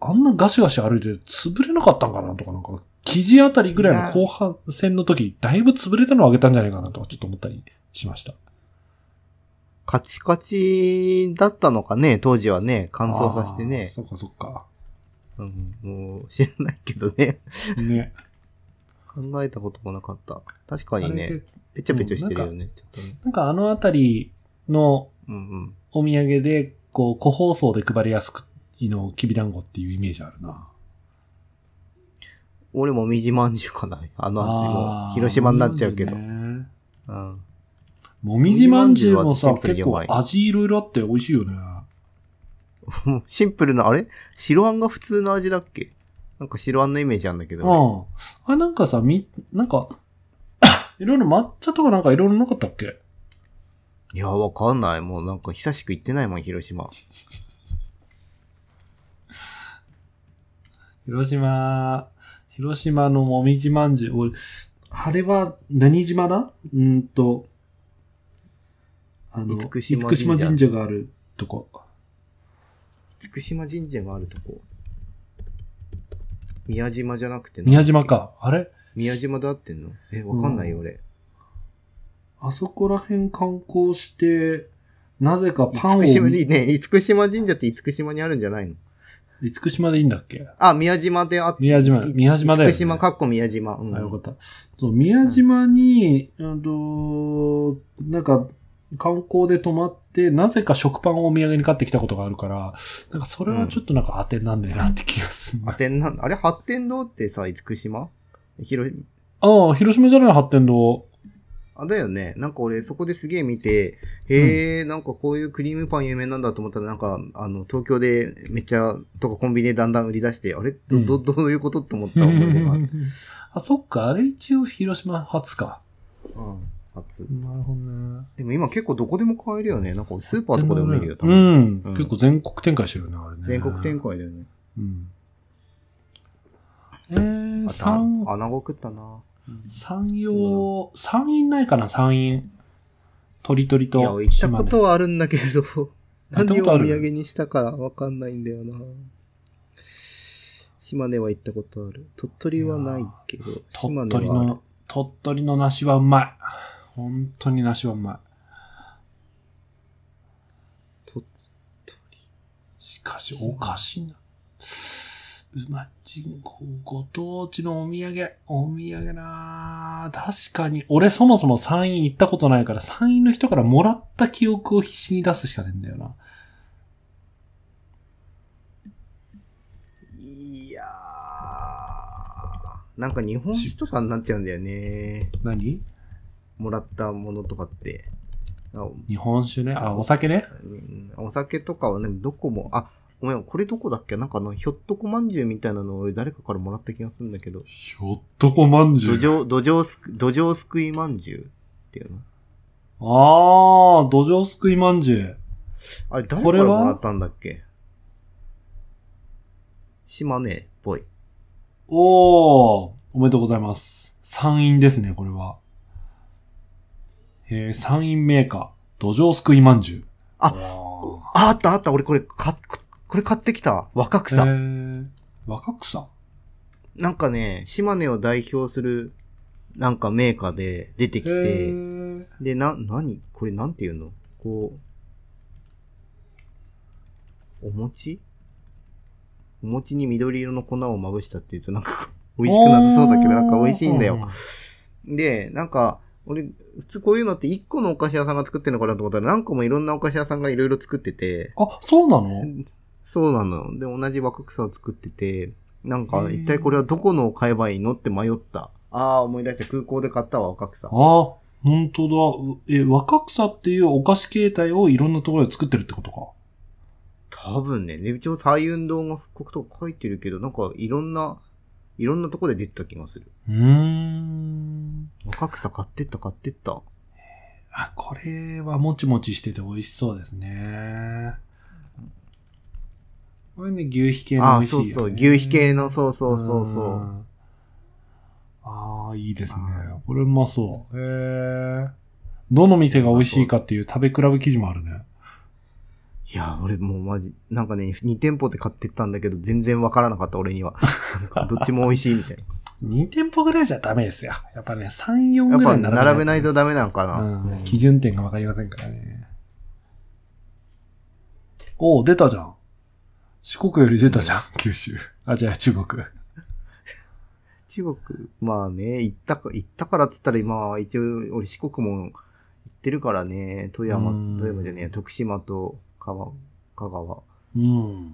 あんなガシガシ歩いてて潰れなかったんかなとか、なんか、生地あたりぐらいの後半戦の時、だいぶ潰れたのをあげたんじゃないかなとか、ちょっと思ったりしました。
カチカチだったのかね、当時はね。乾燥させて
あー
ね。
そっかそっ か。
うん、もう知らないけどね。
ね。
考えたこともなかった。確か
あ
に
れ
ね。
結
ペチャペチャしてるよね。ちょっとね。
なんかあのあたりの
うんうん。
お土産で、こう、個包装で配りやすく、のきびだんごっていうイメージあるな。
俺もみじまんじゅうかな。あの後にも
あ
う
ー
広島になっちゃうけど。
もみじまんじゅうね
うん。
もみじまんじゅうもさ、
もみじまん
結
じゅうはシンプルにう
構
まい
味いろいろあって美味しいよね。
もうシンプルな、あれ白あんが普通の味だっけなんか白あんのイメージあるんだけ
う
ど。
ん。あ、なんかさ、み、なんか、 いろいろ抹茶とかなんかいろいろなかったっけ
いや、わかんない。もうなんか久しく行ってないもん、広島。
広島、広島のもみじまんじゅう、俺、あれは何島だうーんと、あの、
厳島
厳島
神社
神社があるとこ。
厳島神社があるとこ。宮島じゃなくてなんだっ
宮
け
島。か。あれ
宮島で合ってんのえ、わかんないよ、俺。
あそこら辺観光して、なぜかパンを
厳、島にね、厳島神社って厳島にあるんじゃないの
厳島でいいんだっけ
あ、宮島であって。
宮島、宮島だよ、ね。
厳島、かっこ宮島。うん。
あ、よかった。そう、宮島に、うんと、なんか、観光で泊まって、なぜか食パンをお土産に買ってきたことがあるから、なんかそれはちょっとなんか当てになんねえなって気がするな。
発展なんあれ発展堂ってさ、厳島広い、
ああ、広島じゃない、発展堂。
あ、だよね。なんか俺そこですげえ見て、へえ、なんかこういうクリームパン有名なんだと思ったら、なんか、あの、東京でめっちゃ、とかコンビニでだんだん売り出して、あれど、ど、
うん
どういうことって思った思い 出がある。
あ、そっか、あれ一応広島発か。
うん。初。
なるほどね。
でも今結構どこでも買えるよね。なんかスーパーとかでも見るよ、多
う
分。
ん、
うん
結構全国展開してるよね、あれね。
全国展開だよね。
うん。えー、
あた、
三、
穴子食ったな。
山陽、山陰ないかな、山陰。鳥取
い
と。
や、行ったこと
は。
はあるんだけれど、
行った
何
こ
を
と
お
あ
土
る
産にしたかわかんないんだよな。島根は行ったことある。鳥取はないけど、島
鳥取
根はある
の、鳥取の梨はうまい。本当に梨はうまい。
鳥取。
しかし、おかしいな。うまい。人口ご当地のお土産。お土産なぁ確かに、俺そもそも山陰行ったことないから、山陰の人からもらった記憶を必死に出すしかねえんだよな。
いやー、なんか日本酒とかになっちゃうんだよね。
何
もらったものとかって。あ
日本酒ね。あ、お酒ね。
うんお酒とかはね、どこも、あ、ごめん、これどこだっけなんかあの、ひょっとこまんじゅうみたいなの俺誰かからもらった気がするんだけど。
ひょっとこまんじ
土壌、土壌すく、土壌すくいまんじゅうっていうの
ああ、土壌すくいまんじゅう。
あれ、誰
こ
か
れ
ら
は
もらったんだっけ島根っぽい。
おー、おめでとうございます。山陰ですね、これは。へえ、山陰メーカー、土壌すくいまんじゅう。
あ
お
あ、あったあった。俺これ、か、これ買ってきた。若
ー、
草。
へえ、若草
なんかね、島根を代表する、なんかメーカーで出てき
へ
て、
え、
で、な、なにこれなんていうのこう、お餅お餅に緑色の粉をまぶしたっていうとなんか美味しくなさそうだけど、なんか美味しいんだよ。で、なんか、俺、普通こういうのって1個のお菓子屋さんが作ってるのかなと思ったら、何個もいろんなお菓子屋さんがいろいろ作ってて、
あ、そうなの
そうなの。で、同じ若草を作ってて、なん
へ
か、
ー
一体これはどこのを買えばいいのって迷った。ああ、思い出した。空港で買ったわ、若草。
あー、ほんとだ。え、若草っていうお菓子形態をいろんなところで作ってるってことか。
多分ね、で、一応彩雲堂が復刻とか書いてるけど、なんか、いろんな、いろんなとこで出てた気がする。
うーん。
若草買ってった、買ってった。
あ、これはもちもちしてて美味しそうですね。これね、牛皮系の
あ
美
あ、
味しい、
そ
ね。
うそう。牛皮系の、そうそうそうそうう。
ん。ああ、いいですね
あ。
これうまそう。へえ。どの店が美味しいかっていう食べ比べ記事もあるね。
いや、俺もうマジ、なんかね、2店舗で買ってったんだけど、全然わからなかった、俺 には。なんか、どっちも美味しいみたいな。
2店舗ぐらいじゃダメですよ。やっぱね、3、4
やっ
ぐら
ぱ、
い
並べ
い。
ないとダメなんかな。
うん、基準点がわかりませんからね。おお、出たじゃん。四国より出たじゃん、九州。あ、じゃあ中国。
中国、まあね、行ったか、行ったからって言ったら、今、一応、俺四国も行ってるからね、富
うん
山、富山じゃねえ、徳島と川、香川。
うん。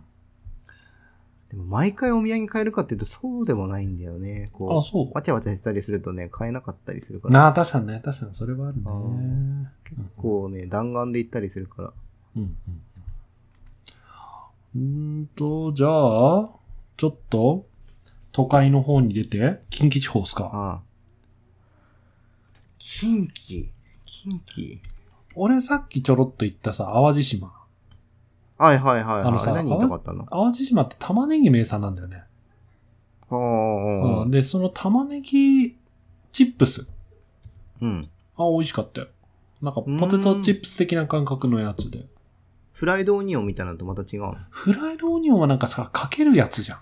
でも毎回お土産買えるかっていうとそうでもないんだよね。
あ、
こ、
そう
わちゃわちゃしてたりするとね、買えなかったりするか
う。
ら。
なあ、確かにね、確かにそれはあるね。
あ
うん
こうね、弾丸で行ったりするから。
うんうんうん。うーんと、じゃあ、ちょっと、都会の方に出て、近畿地方っすか。
ああ。近畿近畿
俺さっきちょろっと言ったさ、淡路島。
はいはいはい、はい。
あのさ
何言いたかったのあ
淡路島って玉ねぎ名産なんだよね。
あ、
うん、
う
で、その玉ねぎチップス。
ん。
あ、美味しかったよ。なんか、ポテトチップス的な感覚のやつで。
フライドオニオンみたいなのとまた違うのい
フライドオニオンはなんかさ、かけるやつじゃん。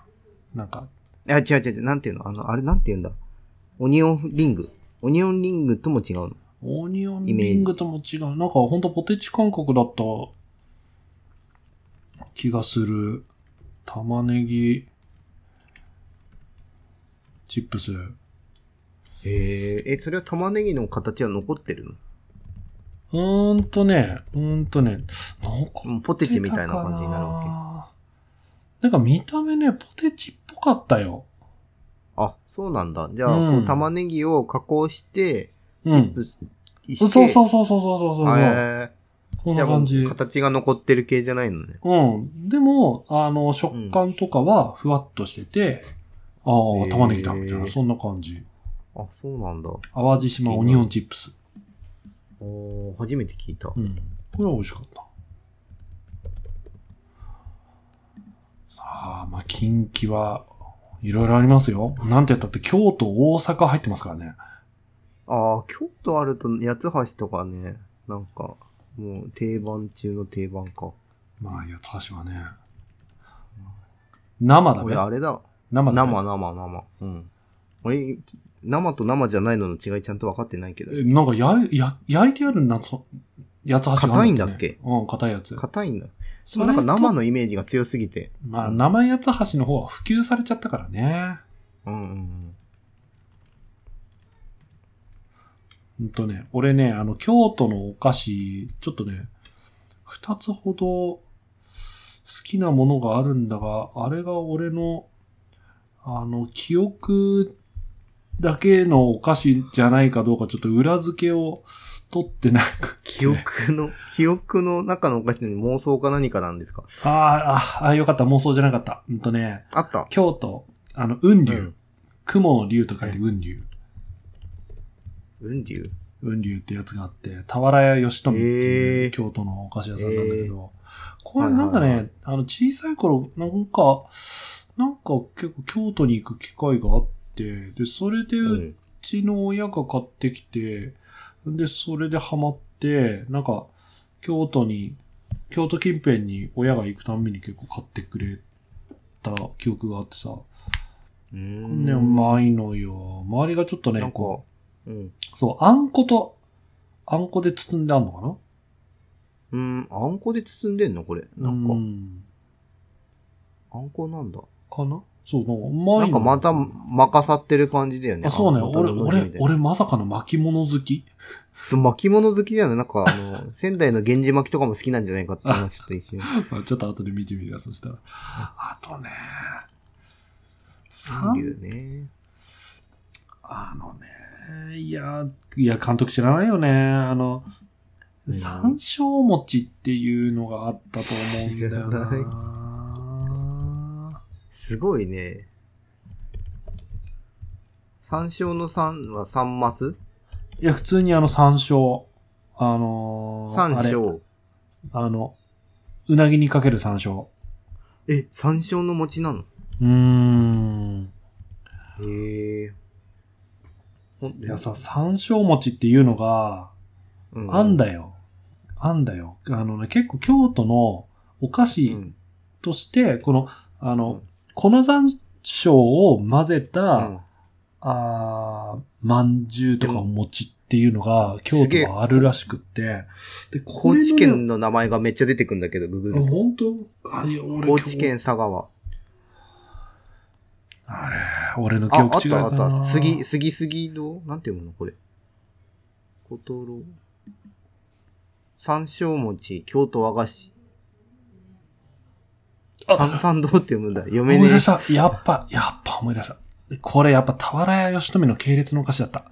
なんか、
や、違う違う違う、なんていうのあの、あれなんていうんだオニオンリング。オニオンリングとも違うの
オニオンリングとも違う。なんか、ほんとポテチ感覚だった気がする。玉ねぎ、チップス。う
へえ、え、それは玉ねぎの形は残ってるの
ーんとね、うーんとね、なんか
もうポテチみたいな感じになるわけ。
なんか見た目ね、ポテチっぽかったよ。
あ、そうなんだ。じゃあ、
うん
こう玉ねぎを加工して、
う
チッ
ん。
プスして、
そうそうそうそうそうそうそう。
へえ
こん
じゃ
な
あ
感
もう
じ。
形が残ってる系じゃないのね。
うん。でも、あの、食感とかはふわっとしてて、あ
へ
あ、
ー
玉ねぎだ、みたいな、そんな感じ。
あ、そうなんだ。
淡路島オニオンチップス。
おー初めて聞いた。
うん。これは美味しかった。さあ、まあ、近畿はいろいろありますよ。なんて言ったって京都、大阪入ってますからね。
ああ、京都あると八つ橋とかね、なんか、もう定番中の定番か。
まあ、八つ橋はね。生だべ
俺、。あれだ。
生だべ
生、生、生。うん。俺、生と生じゃないのの違いちゃんと分かってないけど。
えなんかやいや、焼いてあるな、そ八つ橋があよね
硬いんだっけ
うん、硬いやつ。
硬いんだ。
それ
なん
と
か生のイメージが強すぎて。
まあ、生八つ橋の方は普及されちゃったからね。
うんうんうん。
うんとね、俺ね、あの、京都のお菓子、ちょっとね、二つほど好きなものがあるんだが、あれが俺の、あの、記憶だけのお菓子じゃないかどうか、ちょっと裏付けを取ってなくて。
記憶の、記憶の中のお菓子に妄想か何かなんですか
あーあ、あー、よかった。妄想じゃなかった。うんとね、
あった
京都、あの、雲
う
龍
ん。
雲の龍と書いて雲龍。
雲龍
雲龍ってやつがあって、俵屋義富ってい
へ
う
ー
京都のお菓子屋さんなんだけど、これ
はい
な
は
いん
はい
かね、あの、小さい頃、なんか、なんか結構京都に行く機会があって、で、それで
う。
うんちの親が買ってきて、で、それでハマって、なんか、京都に、京都近辺に親が行くたんびに結構買ってくれた記憶があってさ、
うーん
ね、うまいのよ。周りがちょっとね、
なんか
こう、
うん。
そう、あんこと、あんこで包んであんのかな
うん、あんこで包んでんのこれ。なんか
う、ん
あんこなんだ。
かなそう、なんかうま
ないん
の
かまた、任さってる感じだよね。
あ、そうね。
あんこ
俺、
の形み
俺
た、いな。
俺まさかの巻物好き
そう巻物好きだよね。なんか、あの、仙台の源氏巻きとかも好きなんじゃないかって話と一緒に。
まあちょっと後で見てみるわ、そしたら。あとね、
雲
三、
龍ね。
あのね、いや、いや、監督知らないよね。あの、
うん
山椒餅っていうのがあったと思うんだよ
知らない
な。
すごいね。山椒の山は三松
いや、普通にあの山椒。あのー、
山
あれ
椒。
あの、うなぎにかける山椒。
え、山椒の餅なの
うーん。
へえ。ほん
いやさ、山椒餅っていうのが、
う
あんだよ。あんだよ。あのね、結構京都のお菓
う
子
ん
として、この、あ
う
の
ん、
粉山椒を混ぜ
うん
た、あーまんじゅうとかお餅っていうのが、京
すげえ
都はあるらしくって。で、こ
高
れのね
知県の名前がめっちゃ出てくんだけど、ググ
あ
ると。
本当あ、いや、俺、
高知。県佐川。
あれ、俺の記
あ、あっ
憶違い
たあ
かな
った。杉、杉杉堂なんていうのこれ。小トロ。山椒餅、京都和菓子。三三堂って読むんだ。 読
思
め
い
ね
出
え
し。た。やっぱ、やっぱ思い出した。これやっぱ、俵屋義富の系列のお菓子だった。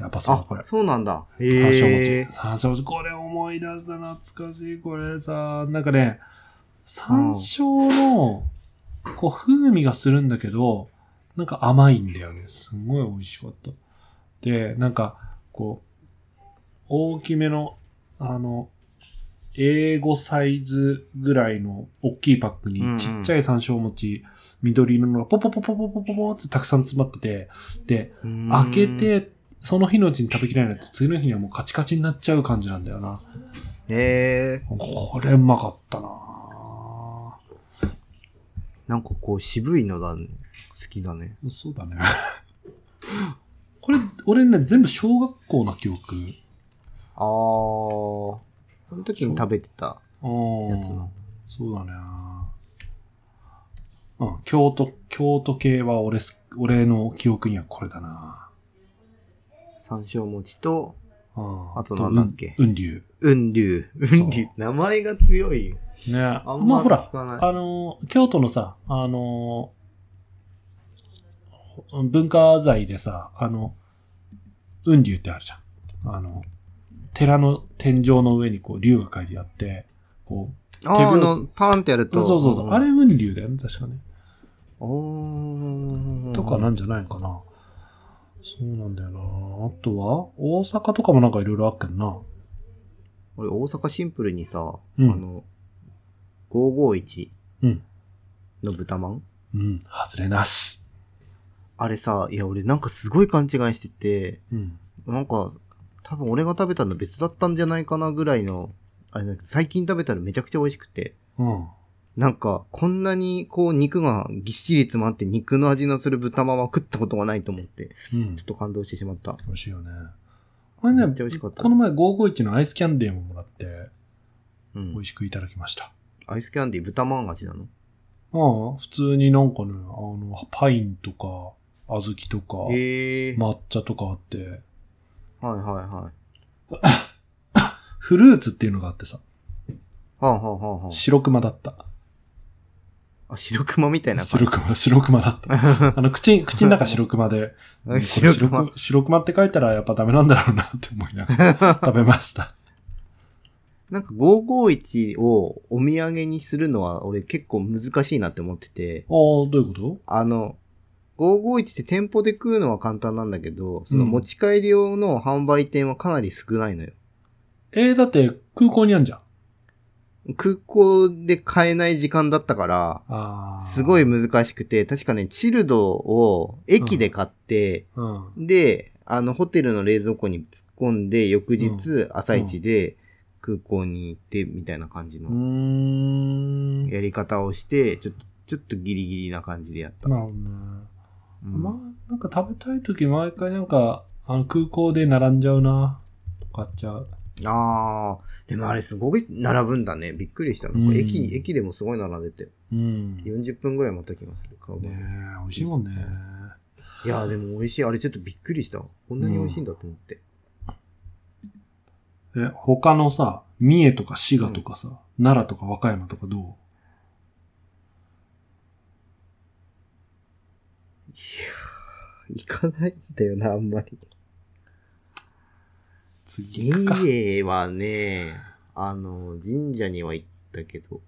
やっぱそうだ、
あ
これ、。
そうなんだ。へ
山椒餅
え。。
山椒餅。これ思い出した。懐かしい。これさ、なんかね、山椒の、こう、風味がするんだけど、なんか甘いんだよね。すごい美味しかった。で、なんか、こう、大きめの、あの、A5 サイズぐらいの大きいパック
うんう
に
ん
ちっちゃい山椒餅、緑色のがポポポポポポポポってたくさん詰まってて、で、開けて、その日のうちに食べきれないと、次の日にはもうカチカチになっちゃう感じなんだよな。
うん。へえ。
これうまかったな
なんかこう渋いのだね。好きだね。
そうだね。 これ、俺ね、全部小学校の記憶。
あー。その時に食べてたや
や
つなんだ。
そうだね。うん、京都、京都系は俺す、俺の記憶にはこれだな
山椒餅と、
うん。
あとなんだっけ
うん雲龍。
雲龍。雲龍。名前が強い。
ね
あん
まあ
ま
ほら
聞、かない。
あのー、京都のさ、あのー、文化財でさ、あの、雲龍ってあるじゃん。あの、寺の天井の上にこう、竜が書いてあって、こ
あ
手
ーあ
拍子
の、パーンってやる
う、
と。
そうそうそう、あれ雲龍だよね、確かね。
お
とかなんじゃないのかな。そうなんだよなあとは、大阪とかもなんかいろいろあっけんな。
俺、大阪シンプルにさ、
うん
あの、551
うん
の豚まん
うん、外れなし。
あれさ、いや、俺なんかすごい勘違いしてて、
うん。
なんか、多分俺が食べたの別だったんじゃないかなぐらいの、あれなんか最近食べたらめちゃくちゃ美味しくて、
うん。
なんか、こんなにこう肉がぎっしり詰まって肉の味のする豚まんは食ったことがないと思って、
うん
ちょっ。と感動してしまった。
美味しいよね。これね、
めっちゃ美味しかった
この前551のアイスキャンデーももらって、
う
美
ん
味。しくいただきました。
アイスキャンディー豚まん味なの
ああ、普通になんかね、あの、パインとか、小豆とか、
へえ。
抹茶とかあって、
はいはいはい。
フルーツっていうのがあってさ、
はあはあはあはあ。
白熊だった。
あ、白熊みたいな感じ
白。熊、白熊だった。 あの、口、口の中白熊で、これ
白熊。
白白熊って書いたらやっぱダメなんだろうなって思いなが ら食べました。
なんか551をお土産にするのは俺結構難しいなって思ってて、
ああ、どういうこと
あの、551って店舗で食うのは簡単なんだけど、その
うん
持ち帰り用の販売店はかなり少ないのよ。
えー、だって空港にあんじゃん。
空港で買えない時間だったから、
ああ。
すごい
うん。
難しくて、確かね、チルドを駅で買って、
あ
で、あの、ホテルの冷蔵庫に突っ込んで、翌日、朝一で空港に行って、みたいな感じの。
ん。なる
やり方をして、ちょっと、ちょっとギリギリな感じでやった。
ほどね。
うん
まあ、なんか食べたいとき毎回なんか、あの空港で並んじゃうな。買っちゃう。
あー、でもあれすごい並ぶんだね。びっくりした。なん
うん
か駅、駅でもすごい並んでて、
うん。ね
40分ぐらい待った気がする。買う
え
まで、
美味しいもんね。
いやーでも美味しい。あれちょっとびっくりした。こんなに美味しいんだと思って。
え、他のさ、三重とか滋賀とかさ、奈良とか和歌山とかど
いやー行かないんだよな、あんまり。
う次行くか。
三重はね、あの、神社には行ったけ ど。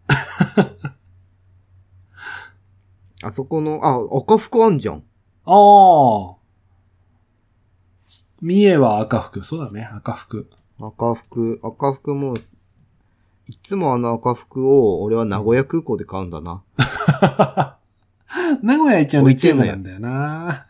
あそこの、あ、赤福あんじゃん。
ああ。三重は赤服。そうだね、赤服。
赤服、赤服も、いつもあの赤服を俺は名古屋空港で買うんだな。
名古屋一応の
置いて
一
ん
部な
のよ
んだよな。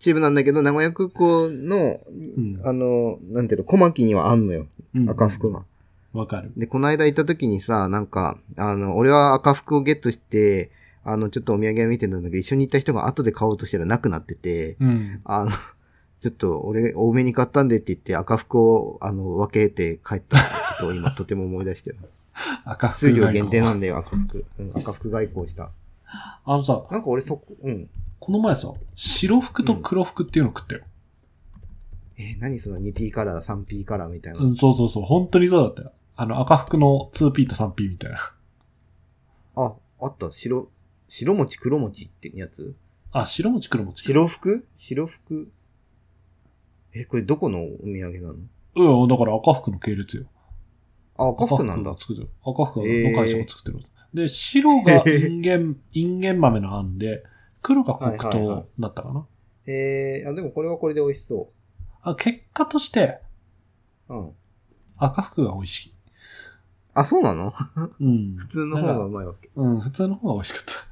チームなんだけど、名古屋空港の、
うん
あの、なんていうの、小牧にはあんのよ。
うん
赤服が。
わかる。
で、この間行った時にさ、なんか、あの、俺は赤服をゲットして、あの、ちょっとお土産を見てたんだけど、一緒に行った人が後で買おうとしたらなくなってて、
うん。
あの、 ちょっと俺多めに買ったんでって言って赤服を、あの、分けて帰ったことを今とても思い出し てる。
赤服
数
以外
量
の
限定 なんだよ、赤服。うん、赤服外交した。
あのさ、
なんか俺そこ、うん。
この前さ、白服と黒服っていうの食ったよ。
えー何その 2P カラー、3P カラーみたいな。
うん、そうそうそう、本当にそうだったよ。あの、赤服の 2P と 3P みたいな。
あ、あった、白、白餅黒餅ってやつ
あ、白餅黒餅。
白服白服え、これどこのお土産なの
うん、だから赤福の系列よ。
あ、赤服なんだ
赤。福が作ってる。赤福の会社が作ってる。で、白がインゲン、インゲン豆の餡で、黒が黒
はいはいはい
糖だったかな。
えー、あ、でもこれはこれで美味しそ
あ結果として、
う。うん。
赤福が美味しい。
あ、そうなの
うん。
普通の方がうまいわけ。
うん、普通の方が美味しかった。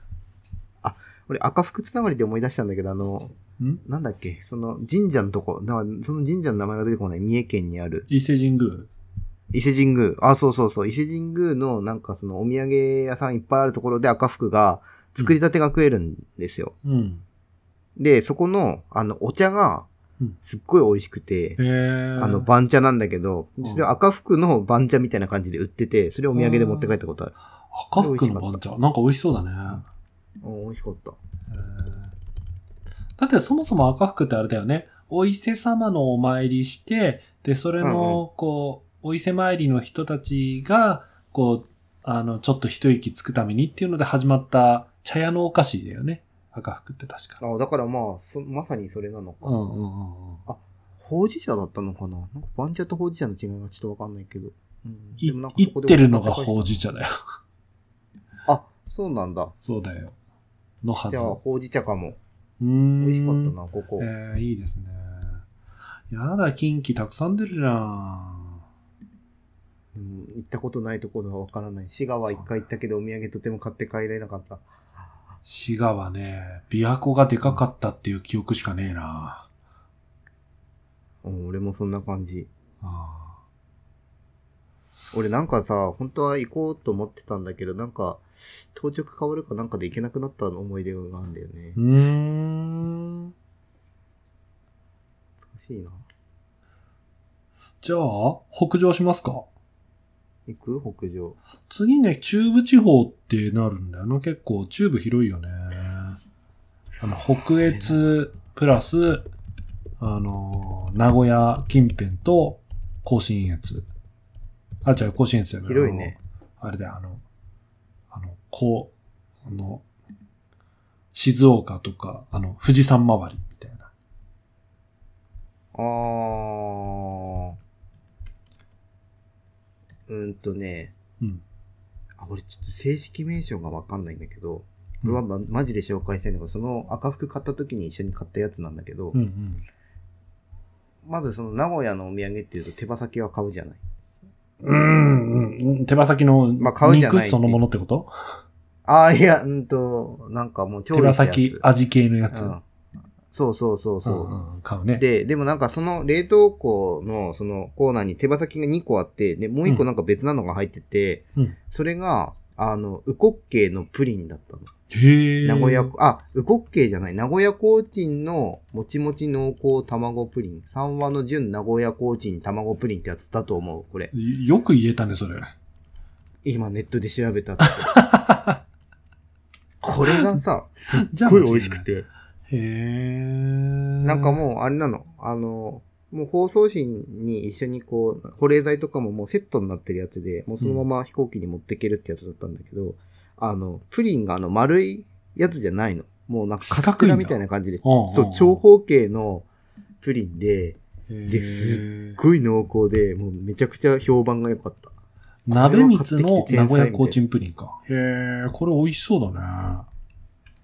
俺、赤服つながりで思い出したんだけど、あの、
ん
なんだっけ、その神社のとこ、だからその神社の名前が出てこない、三重県にある、
伊勢神宮。
伊勢神宮。あ、そうそうそう。伊勢神宮のなんかそのお土産屋さんいっぱいあるところで赤福が作りたてが食えるんですよ。
うん。
で、そこのあのお茶が
うん
すっごい美味しくて、
へー
あの番茶なんだけど、
うん
それを赤福の番茶みたいな感じで売ってて、それをお土産で持って帰ったことある。
赤福の番茶。なんか美味しそうだね。
うん、美味しかった。
へーだってそもそも赤福ってあれだよね。お伊勢様のお参りして、で、それ
うん
の、こう、お伊勢参りの人たちが、こう、あの、ちょっと一息つくためにっていうので始まった茶屋のお菓子だよね。赤福って確か。
あだからまあそ、まさにそれなのか。
うんうんうんうん。
ほうじ茶だったのかななんか番茶とほうじ茶の違いがちょっとわかんないけど。うん
い
でもなんか
い
そこ
っ
で
てるのがほうじ茶だよ。
あ、そうなんだ。
そうだよ。のは
じ
ず。
ゃあ、ほうじ茶かも。
うーん。
美味しかったな、ここ。
えー、いいですね。やだ、近畿たくさん出るじゃん。
うん行ったことないところはわからない。滋賀は一回行ったけど、お土産とても買って帰れなかった。
滋賀はね、琵琶湖がでかかったっていう記憶しかねえな。
うん、俺もそんな感じ。
あ
俺なんかさ、本当は行こうと思ってたんだけど、なんか、当直変わるかなんかで行けなくなった思い出があるんだよね
ーう。ーん。
難しいな。
じゃあ、北上しますか。
行く北上。
次ね、中部地方ってなるんだよな。結構、中部広いよね。あの、北越プラス、あのー、名古屋近辺と、甲信越。あ、違う、甲信越だよ
広いね。。
あのあれだよ、あの、あの、こう、あの、静岡とか、あの、富士山周りみたいな。
あー。うーんとね、
うん。
あ、俺ちょっと正式名称がわかんないんだけど、
う
これは
ん
ま、マジで紹介したいのが、その赤服買った時に一緒に買ったやつなんだけど、
うんうん。
まずその名古屋のお土産っていうと手羽先は買うじゃない。
うん、うんうん、手羽先の
まあ買うじゃない
肉そのものってこと、
ああ、いや、うんと、なんかもう調
手
理
羽
したやつ。
先味系のやつ。
うん。そうそうそうそう。
んん買うね。
で、でもなんかその冷凍庫のそのコーナーに手羽先が2個あって、で、もう1個なんか別なのが入ってて、
うん
それが、あの、ウコッケイのプリンだったの。
へえ。
名古屋、あ、ウコッケイじゃない、名古屋コーチンのもちもち濃厚卵プリン。三和の純名古屋コーチン卵プリンってやつだと思う、これ。
よく言えたね、それ。
今ネットで調べた って。これが さ、
じ
す
ゃ
っ
あ
ごい美味しく。て。
間違いないへえ。
なんかもう、あれなの、あの、もう放送陣に一緒にこう、保冷剤とかももうセットになってるやつで、もうそのまま飛行機に持ってけるってやつだったんだけど、あの、プリンがあの丸いやつじゃないの。もうなんかカステラみたいな感じで、
うん、うんん、
そう、長方形のプリンで、
で
ですすっごい濃厚で、もうめちゃくちゃ評判が良かった。
鍋光の名古屋コーチンプリンか。へえ、これ美味しそうだね。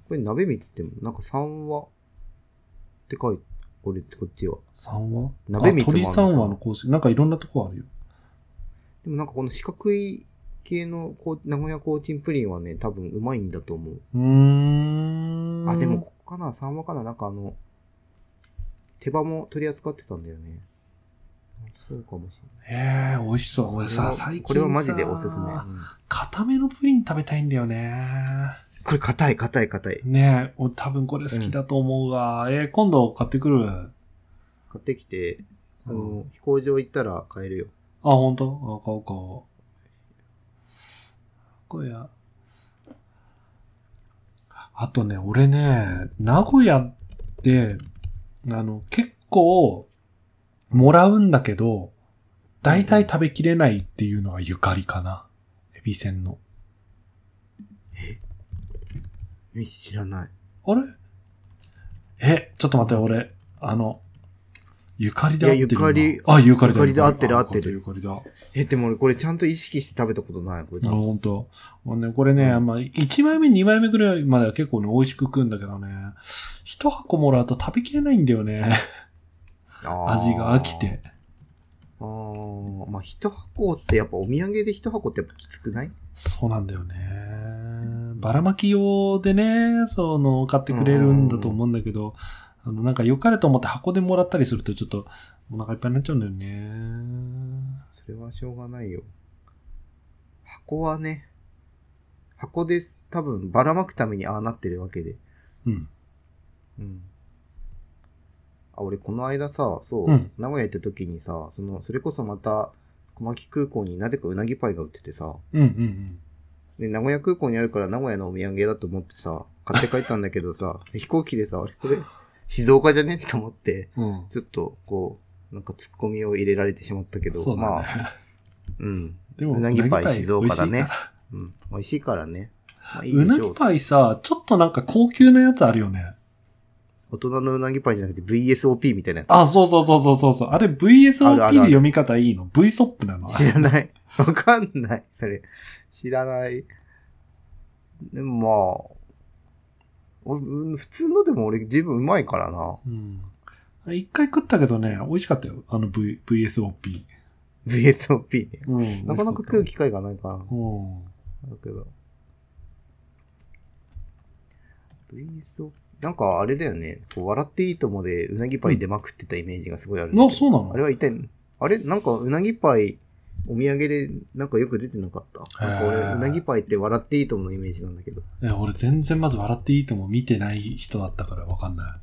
これ鍋光ってもなんか3話って書いて、これこっちは。
三和
鍋光もある
鳥
のか
三和のコース。なんかいろんなとこあるよ。
でもなんかこの四角い系のこう名古屋コーチンプリンはね、多分うまいんだと思う。
うーん。
あ、でもここかな ?3 話かななんかあの、手羽も取り扱ってたんだよね。そうかもしれない。
へえ、美味しそう。俺
これ
さ、
は
最近さ
これはマジでおすすめ。うん
固めのプリン食べたいんだよね。
これ硬い硬い硬い。
ねえ、お多分これ好きだと思うわ。えー今度買ってくる。あ、
買ってきて、あの、
うん
飛行場行ったら買えるよ。
本当？あ、買おう買おう。これや。あとね、俺ね、名古屋って、あの、結構、もらうんだけど、大体食べきれないっていうのがゆかりかな。エビせんの。
え知らない。
あれえ、ちょっと待って、俺、あの、ゆかりで合ってるよない
やゆかり
あ、ゆかりだ。
ゆかりで合ってる
あ
合ってる
ゆかりだ。あ、
え、でも俺これちゃんと意識して食べたことない。これ多分
ほんと。もうね、これね、
うん
まあ、1枚目、2枚目ぐらいまでは結構ね、美味しく食うんだけどね、一箱もらうと食べきれないんだよね。
あー
味が飽きて。。
ああ、まあ一箱ってやっぱお土産で一箱ってやっぱきつくない
そうなんだよね。ばらまき用でね、その、買ってくれるんだと思うんだけど、あの、なんか良かれと思って箱でもらったりするとちょっとお腹いっぱいになっちゃうんだよね。
それはしょうがないよ。箱はね、箱です。多分ばらまくためにああなってるわけで。
うん。
うん。あ、俺この間さ、そう、
うん
名古屋行った時にさ、その、それこそまた、小牧空港になぜかうなぎパイが売っててさ、
うんうんうん。
で、名古屋空港にあるから名古屋のお土産だと思ってさ、買って帰ったんだけどさ、 飛行機でさ、あれこれ、静岡じゃねと思って、
うん。
ちょっと、こう、なんか突っ込みを入れられてしまったけど、
そうだね
まあ、うん、
でも
うなぎパイ静岡だね
美味しいから
うん、美味しいからね。まあ、いいで
うな
しょ
ぎ
う。
パイさ、ちょっとなんか高級なやつあるよね。
大人のうなぎパイじゃなくて VSOP みたいなや
あ、そうそうそうそうそうそう。あれ
あるあ
VSOP で
る
読み方いいの ?VSOP なの
つ。知 らない。わかんない。それ。知らない。でもまあ、俺うん普通のでも俺自分うまいからな。
うん。一回食ったけどね、美味しかったよ。あの、v、VSOP。
VSOP ね。
うん。
なかなか食う機会がないから。
うん。
だけど。VSO? なんかあれだよね。こう笑っていいともで、うなぎパイ出まくってたイメージがすごいあるんだけど、
あ、そうなの
あれは一体、あれなんかうなぎパイ、お土産でなんかよく出てなかった。
へー
なんか俺、うなぎパイって笑っていいとものイメージなんだけど。
え俺全然まず笑っていいとも見てない人だったからわかんな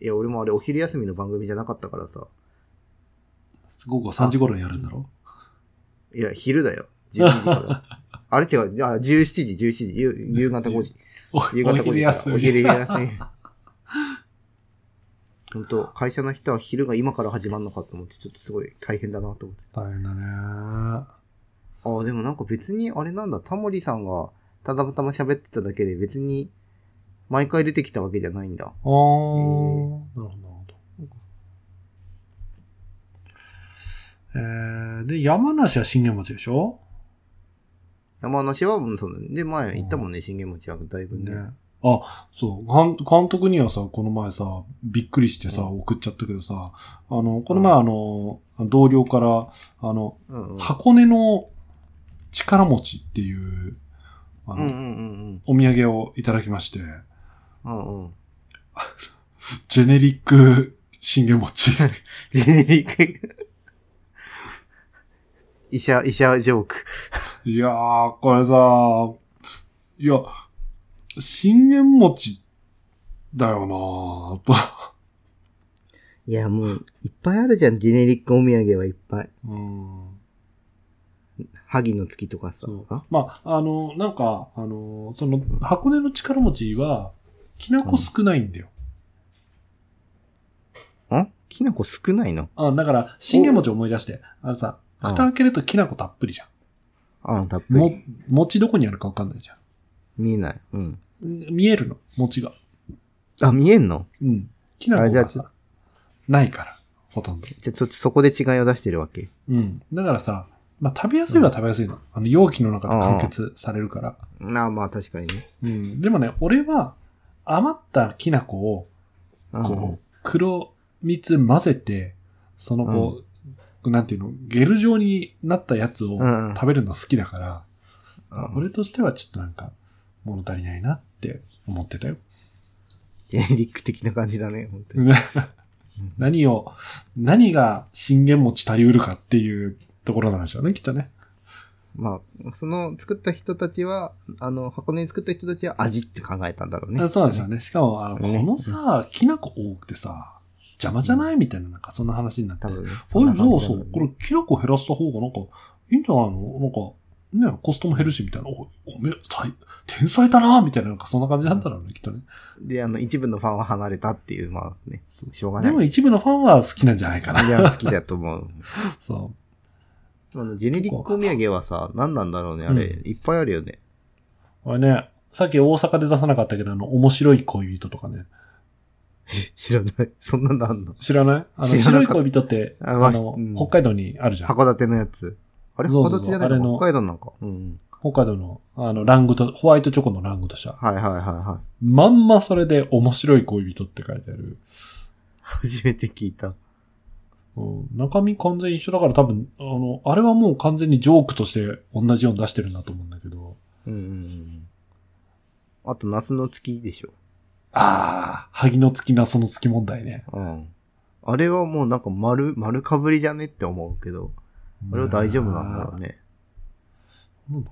い。
いや、俺もあれお昼休みの番組じゃなかったからさ。
午後3時頃にやるんだろ
いや、昼だよ。12時から。 あれ違う。じゃあ、17時、17時、夕夕方5時。
お
夕方5
お
時から。
昼休
お
み。
昼休み。 本当会社の人は昼が今から始まるのかと思って、ちょっとすごい大変だなと思って。
大変だね。
ああ、でもなんか別に、あれなんだ、タモリさんがただたま喋ってただけで別に毎回出てきたわけじゃないんだ。
あー、なるほど、なるほど。えー、で、山梨は信玄餅でしょ
山梨は、うん、そうだね。で、前行ったもんね、信玄餅はだいぶね。
ね。あ、そう、かん監督にはさ、この前さ、びっくりしてさ、
う
送っちゃったけどさ、あの、この前あの、同僚から、あの、
うんうん。
箱根の力持ちっていう、あ
うんう
の、
んうん
お土産をいただきまして、
うん。うんうん。
ジェネリック信玄 餅。
ジェネリック。医者、医者ジョーク。
いやー、これさ、いや、信玄餅だよなーと。
いや、もう、いっぱいあるじゃん、ジェネリックお土産はいっぱい。
うん。
萩の月とかさ。
そう
あ
まあ、あの、なんか、あの、その、箱根の力持ちは、きなこ少ないんだよ。
んきなこ少ないの
あ、だから、信玄餅思い出して、あのさ、
うん
蓋開けるときなこたっぷりじゃ
あたっ
ん。
ぷ
も
り。、
餅どこにあるかわかんないじゃん。
見えない。うん。
うん見えるの、餅が。
あ、見えんの
うん。きなこ
あじゃあ
が
ちょ
さ、ないから、ほとんど。
じゃ、そ、そこで違いを出してるわけ。
うん。だからさ、まあ、食べやすいは食べやすいの。あの、容器の中で完結されるから。
なあ、まあ確かにね。
うん。でもね、俺は、余ったきな粉を、
うん
こう、黒蜜混ぜて、そのこう、なんていうの、ゲル状になったやつを
うんうん
食べるの好きだから、
うん
俺としてはちょっとなんか、物足りないなって思ってたよ。
ジェネリック的な感じだね、本当に。
何を、何が信玄餅足りうるかっていうところなんでしょうね、きっとね。
まあ、その作った人たちは、あの、箱根に作った人たちは味って考えたんだろうね
あ。そうなんですよね。しかも、あの、
ね
このさ、きな粉多くてさ、邪魔じゃないみたいな、なんかそんな話になって。
多分ね。
これ、じゃあ
そ
そ
ん
う、
な感じ
これ、きな粉減らした方がなんか、いいんじゃないのなんか、ね、コストも減るし、みたいな。お、おめ、さい天才だなみたいな、なんかそんな感じなんだろうね、きっとね。
で、あの、一部のファンは離れたっていう、まあね、しょうがな
で
い。
も一部のファンは好きなんじゃないかな。
いや、好きだと 思う。
そ
あの、ジェネリックお土産はさ、何なんだろうね、あれ。
う
いっぱいあるよね。
う。これね、さっき大阪で出さなかったけど、あの、面白い恋人とかね。
知らない。そんなのあんの
知らないあの、
知ら
白
なかっ
い恋人って、
あ
あ
まあ
の、
うん
北海道にあるじゃん。
函館のやつ。あれ
そう
函
そうそう
館じゃな
あれ
い
の
の北海道なんか。うん。
北海道の、あの、ラングと、ホワイトチョコのラングとした。
はいはいはいは
まんまそれで面白い恋人って書いてある。
い。初めて聞いた。
うん、中身完全一緒だから多分、あの、あれはもう完全にジョークとして同じように出してるんだと思うんだけど。
うんうんうん。あと、ナスの月でしょ。
ああ、萩の月なその月問題ね。
うん。あれはもうなんか丸、丸かぶりじゃねって思うけど、あれは大丈夫なんだろうね。
うん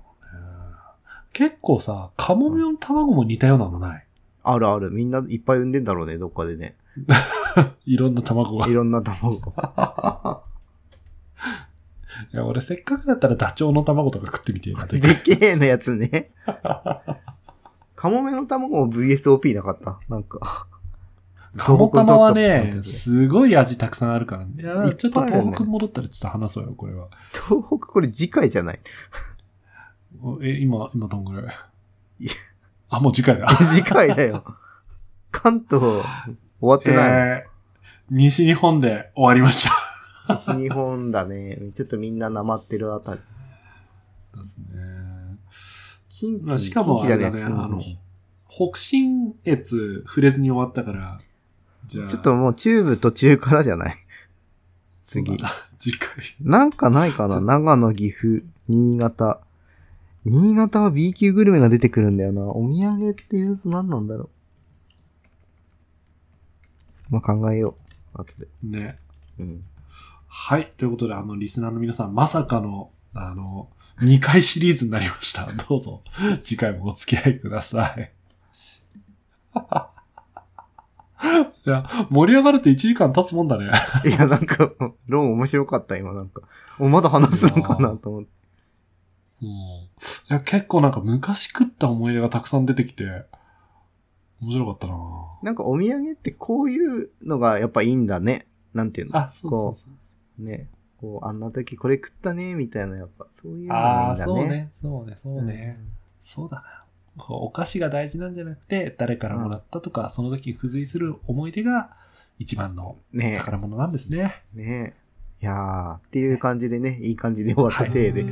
結構さ、カモメの卵も似たようなのない
あるある。みんないっぱい産んでんだろうね、どっかでね。
いろんな卵 が。
いろんな卵 が。
いや、俺せっかくだったらダチョウの卵とか食ってみてえな。
でけえのやつね。カモメの卵も VSOP なかったなんか。
カモタマはね、
東
すごい味たくさんあるから、ね。いや
いっぱいある
ー、
ね
ちょっと東北戻ったらちょっと話そうよ、これは。
北これ次回じゃない。
おえ、今、今どんぐらい
いや
あ、もう次回だ。
次回だよ。関東終わってない。
えー、西日本で終わりました。
西日本だね。ちょっとみんななまってるあたり。
ですね。
近
ま
畿、
あ、しかも
近
あ
畿
れ
だ
だ
ね
ね、
近
あ
畿
の、北信越触れずに終わったから、じゃあ、
ちょっともう中部途中からじゃない。次。
次回。
なんかないかな長野、岐阜、新潟。新潟は B 級グルメが出てくるんだよな。お土産っていうと何なんだろう。まあ、考えよう。後で。
ね。
うん。
はい。ということで、あの、リスナーの皆さん、まさかの、あの、2回シリーズになりました。 どうぞ、次回もお付き合いください。 じゃあ、盛り上がると1時間経つもんだね。
いや、なんか、ローン面白かった、今、なんか。お、まだ話すのかなと思って。
もう、いや、結構なんか昔食った思い出がたくさん出てきて、面白かったな
なんか、お土産ってこういうのがやっぱいいんだね。なんていうの
あ、そうそうそう。
ね。こう、あんな時これ食ったね、みたいな、やっぱ、そういうのがい
あ
い
あ
ん
ー、
だ
そう
ね。
ね、そうね、そううんね。そうだな。お菓子が大事なんじゃなくて、誰からもらったとか、その時付随する思い出が一番の
ね
宝物なんですね。
ねいやー、っていう感じでね、いい感じで終わった体で。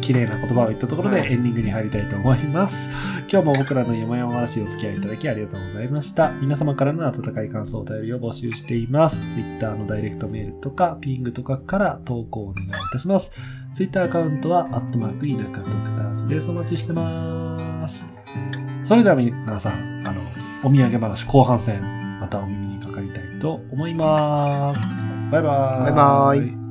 綺麗な言葉を言ったところ
は
で
い
エンディングに入りたいと思います。今日も僕らの山々話にお付き合いいただきありがとうございました。皆様からの温かい感想、お便りを募集しています。Twitter のダイレクトメールとか、ピングとかから投稿をお願いいたします。Twitter アカウントは、アットマーク、田舎ドクターズです。お待ちしてます。それでは皆さん、あの、お土産話後半戦、またお耳にかかりたいと思います。バイバーイ。
バイバーイ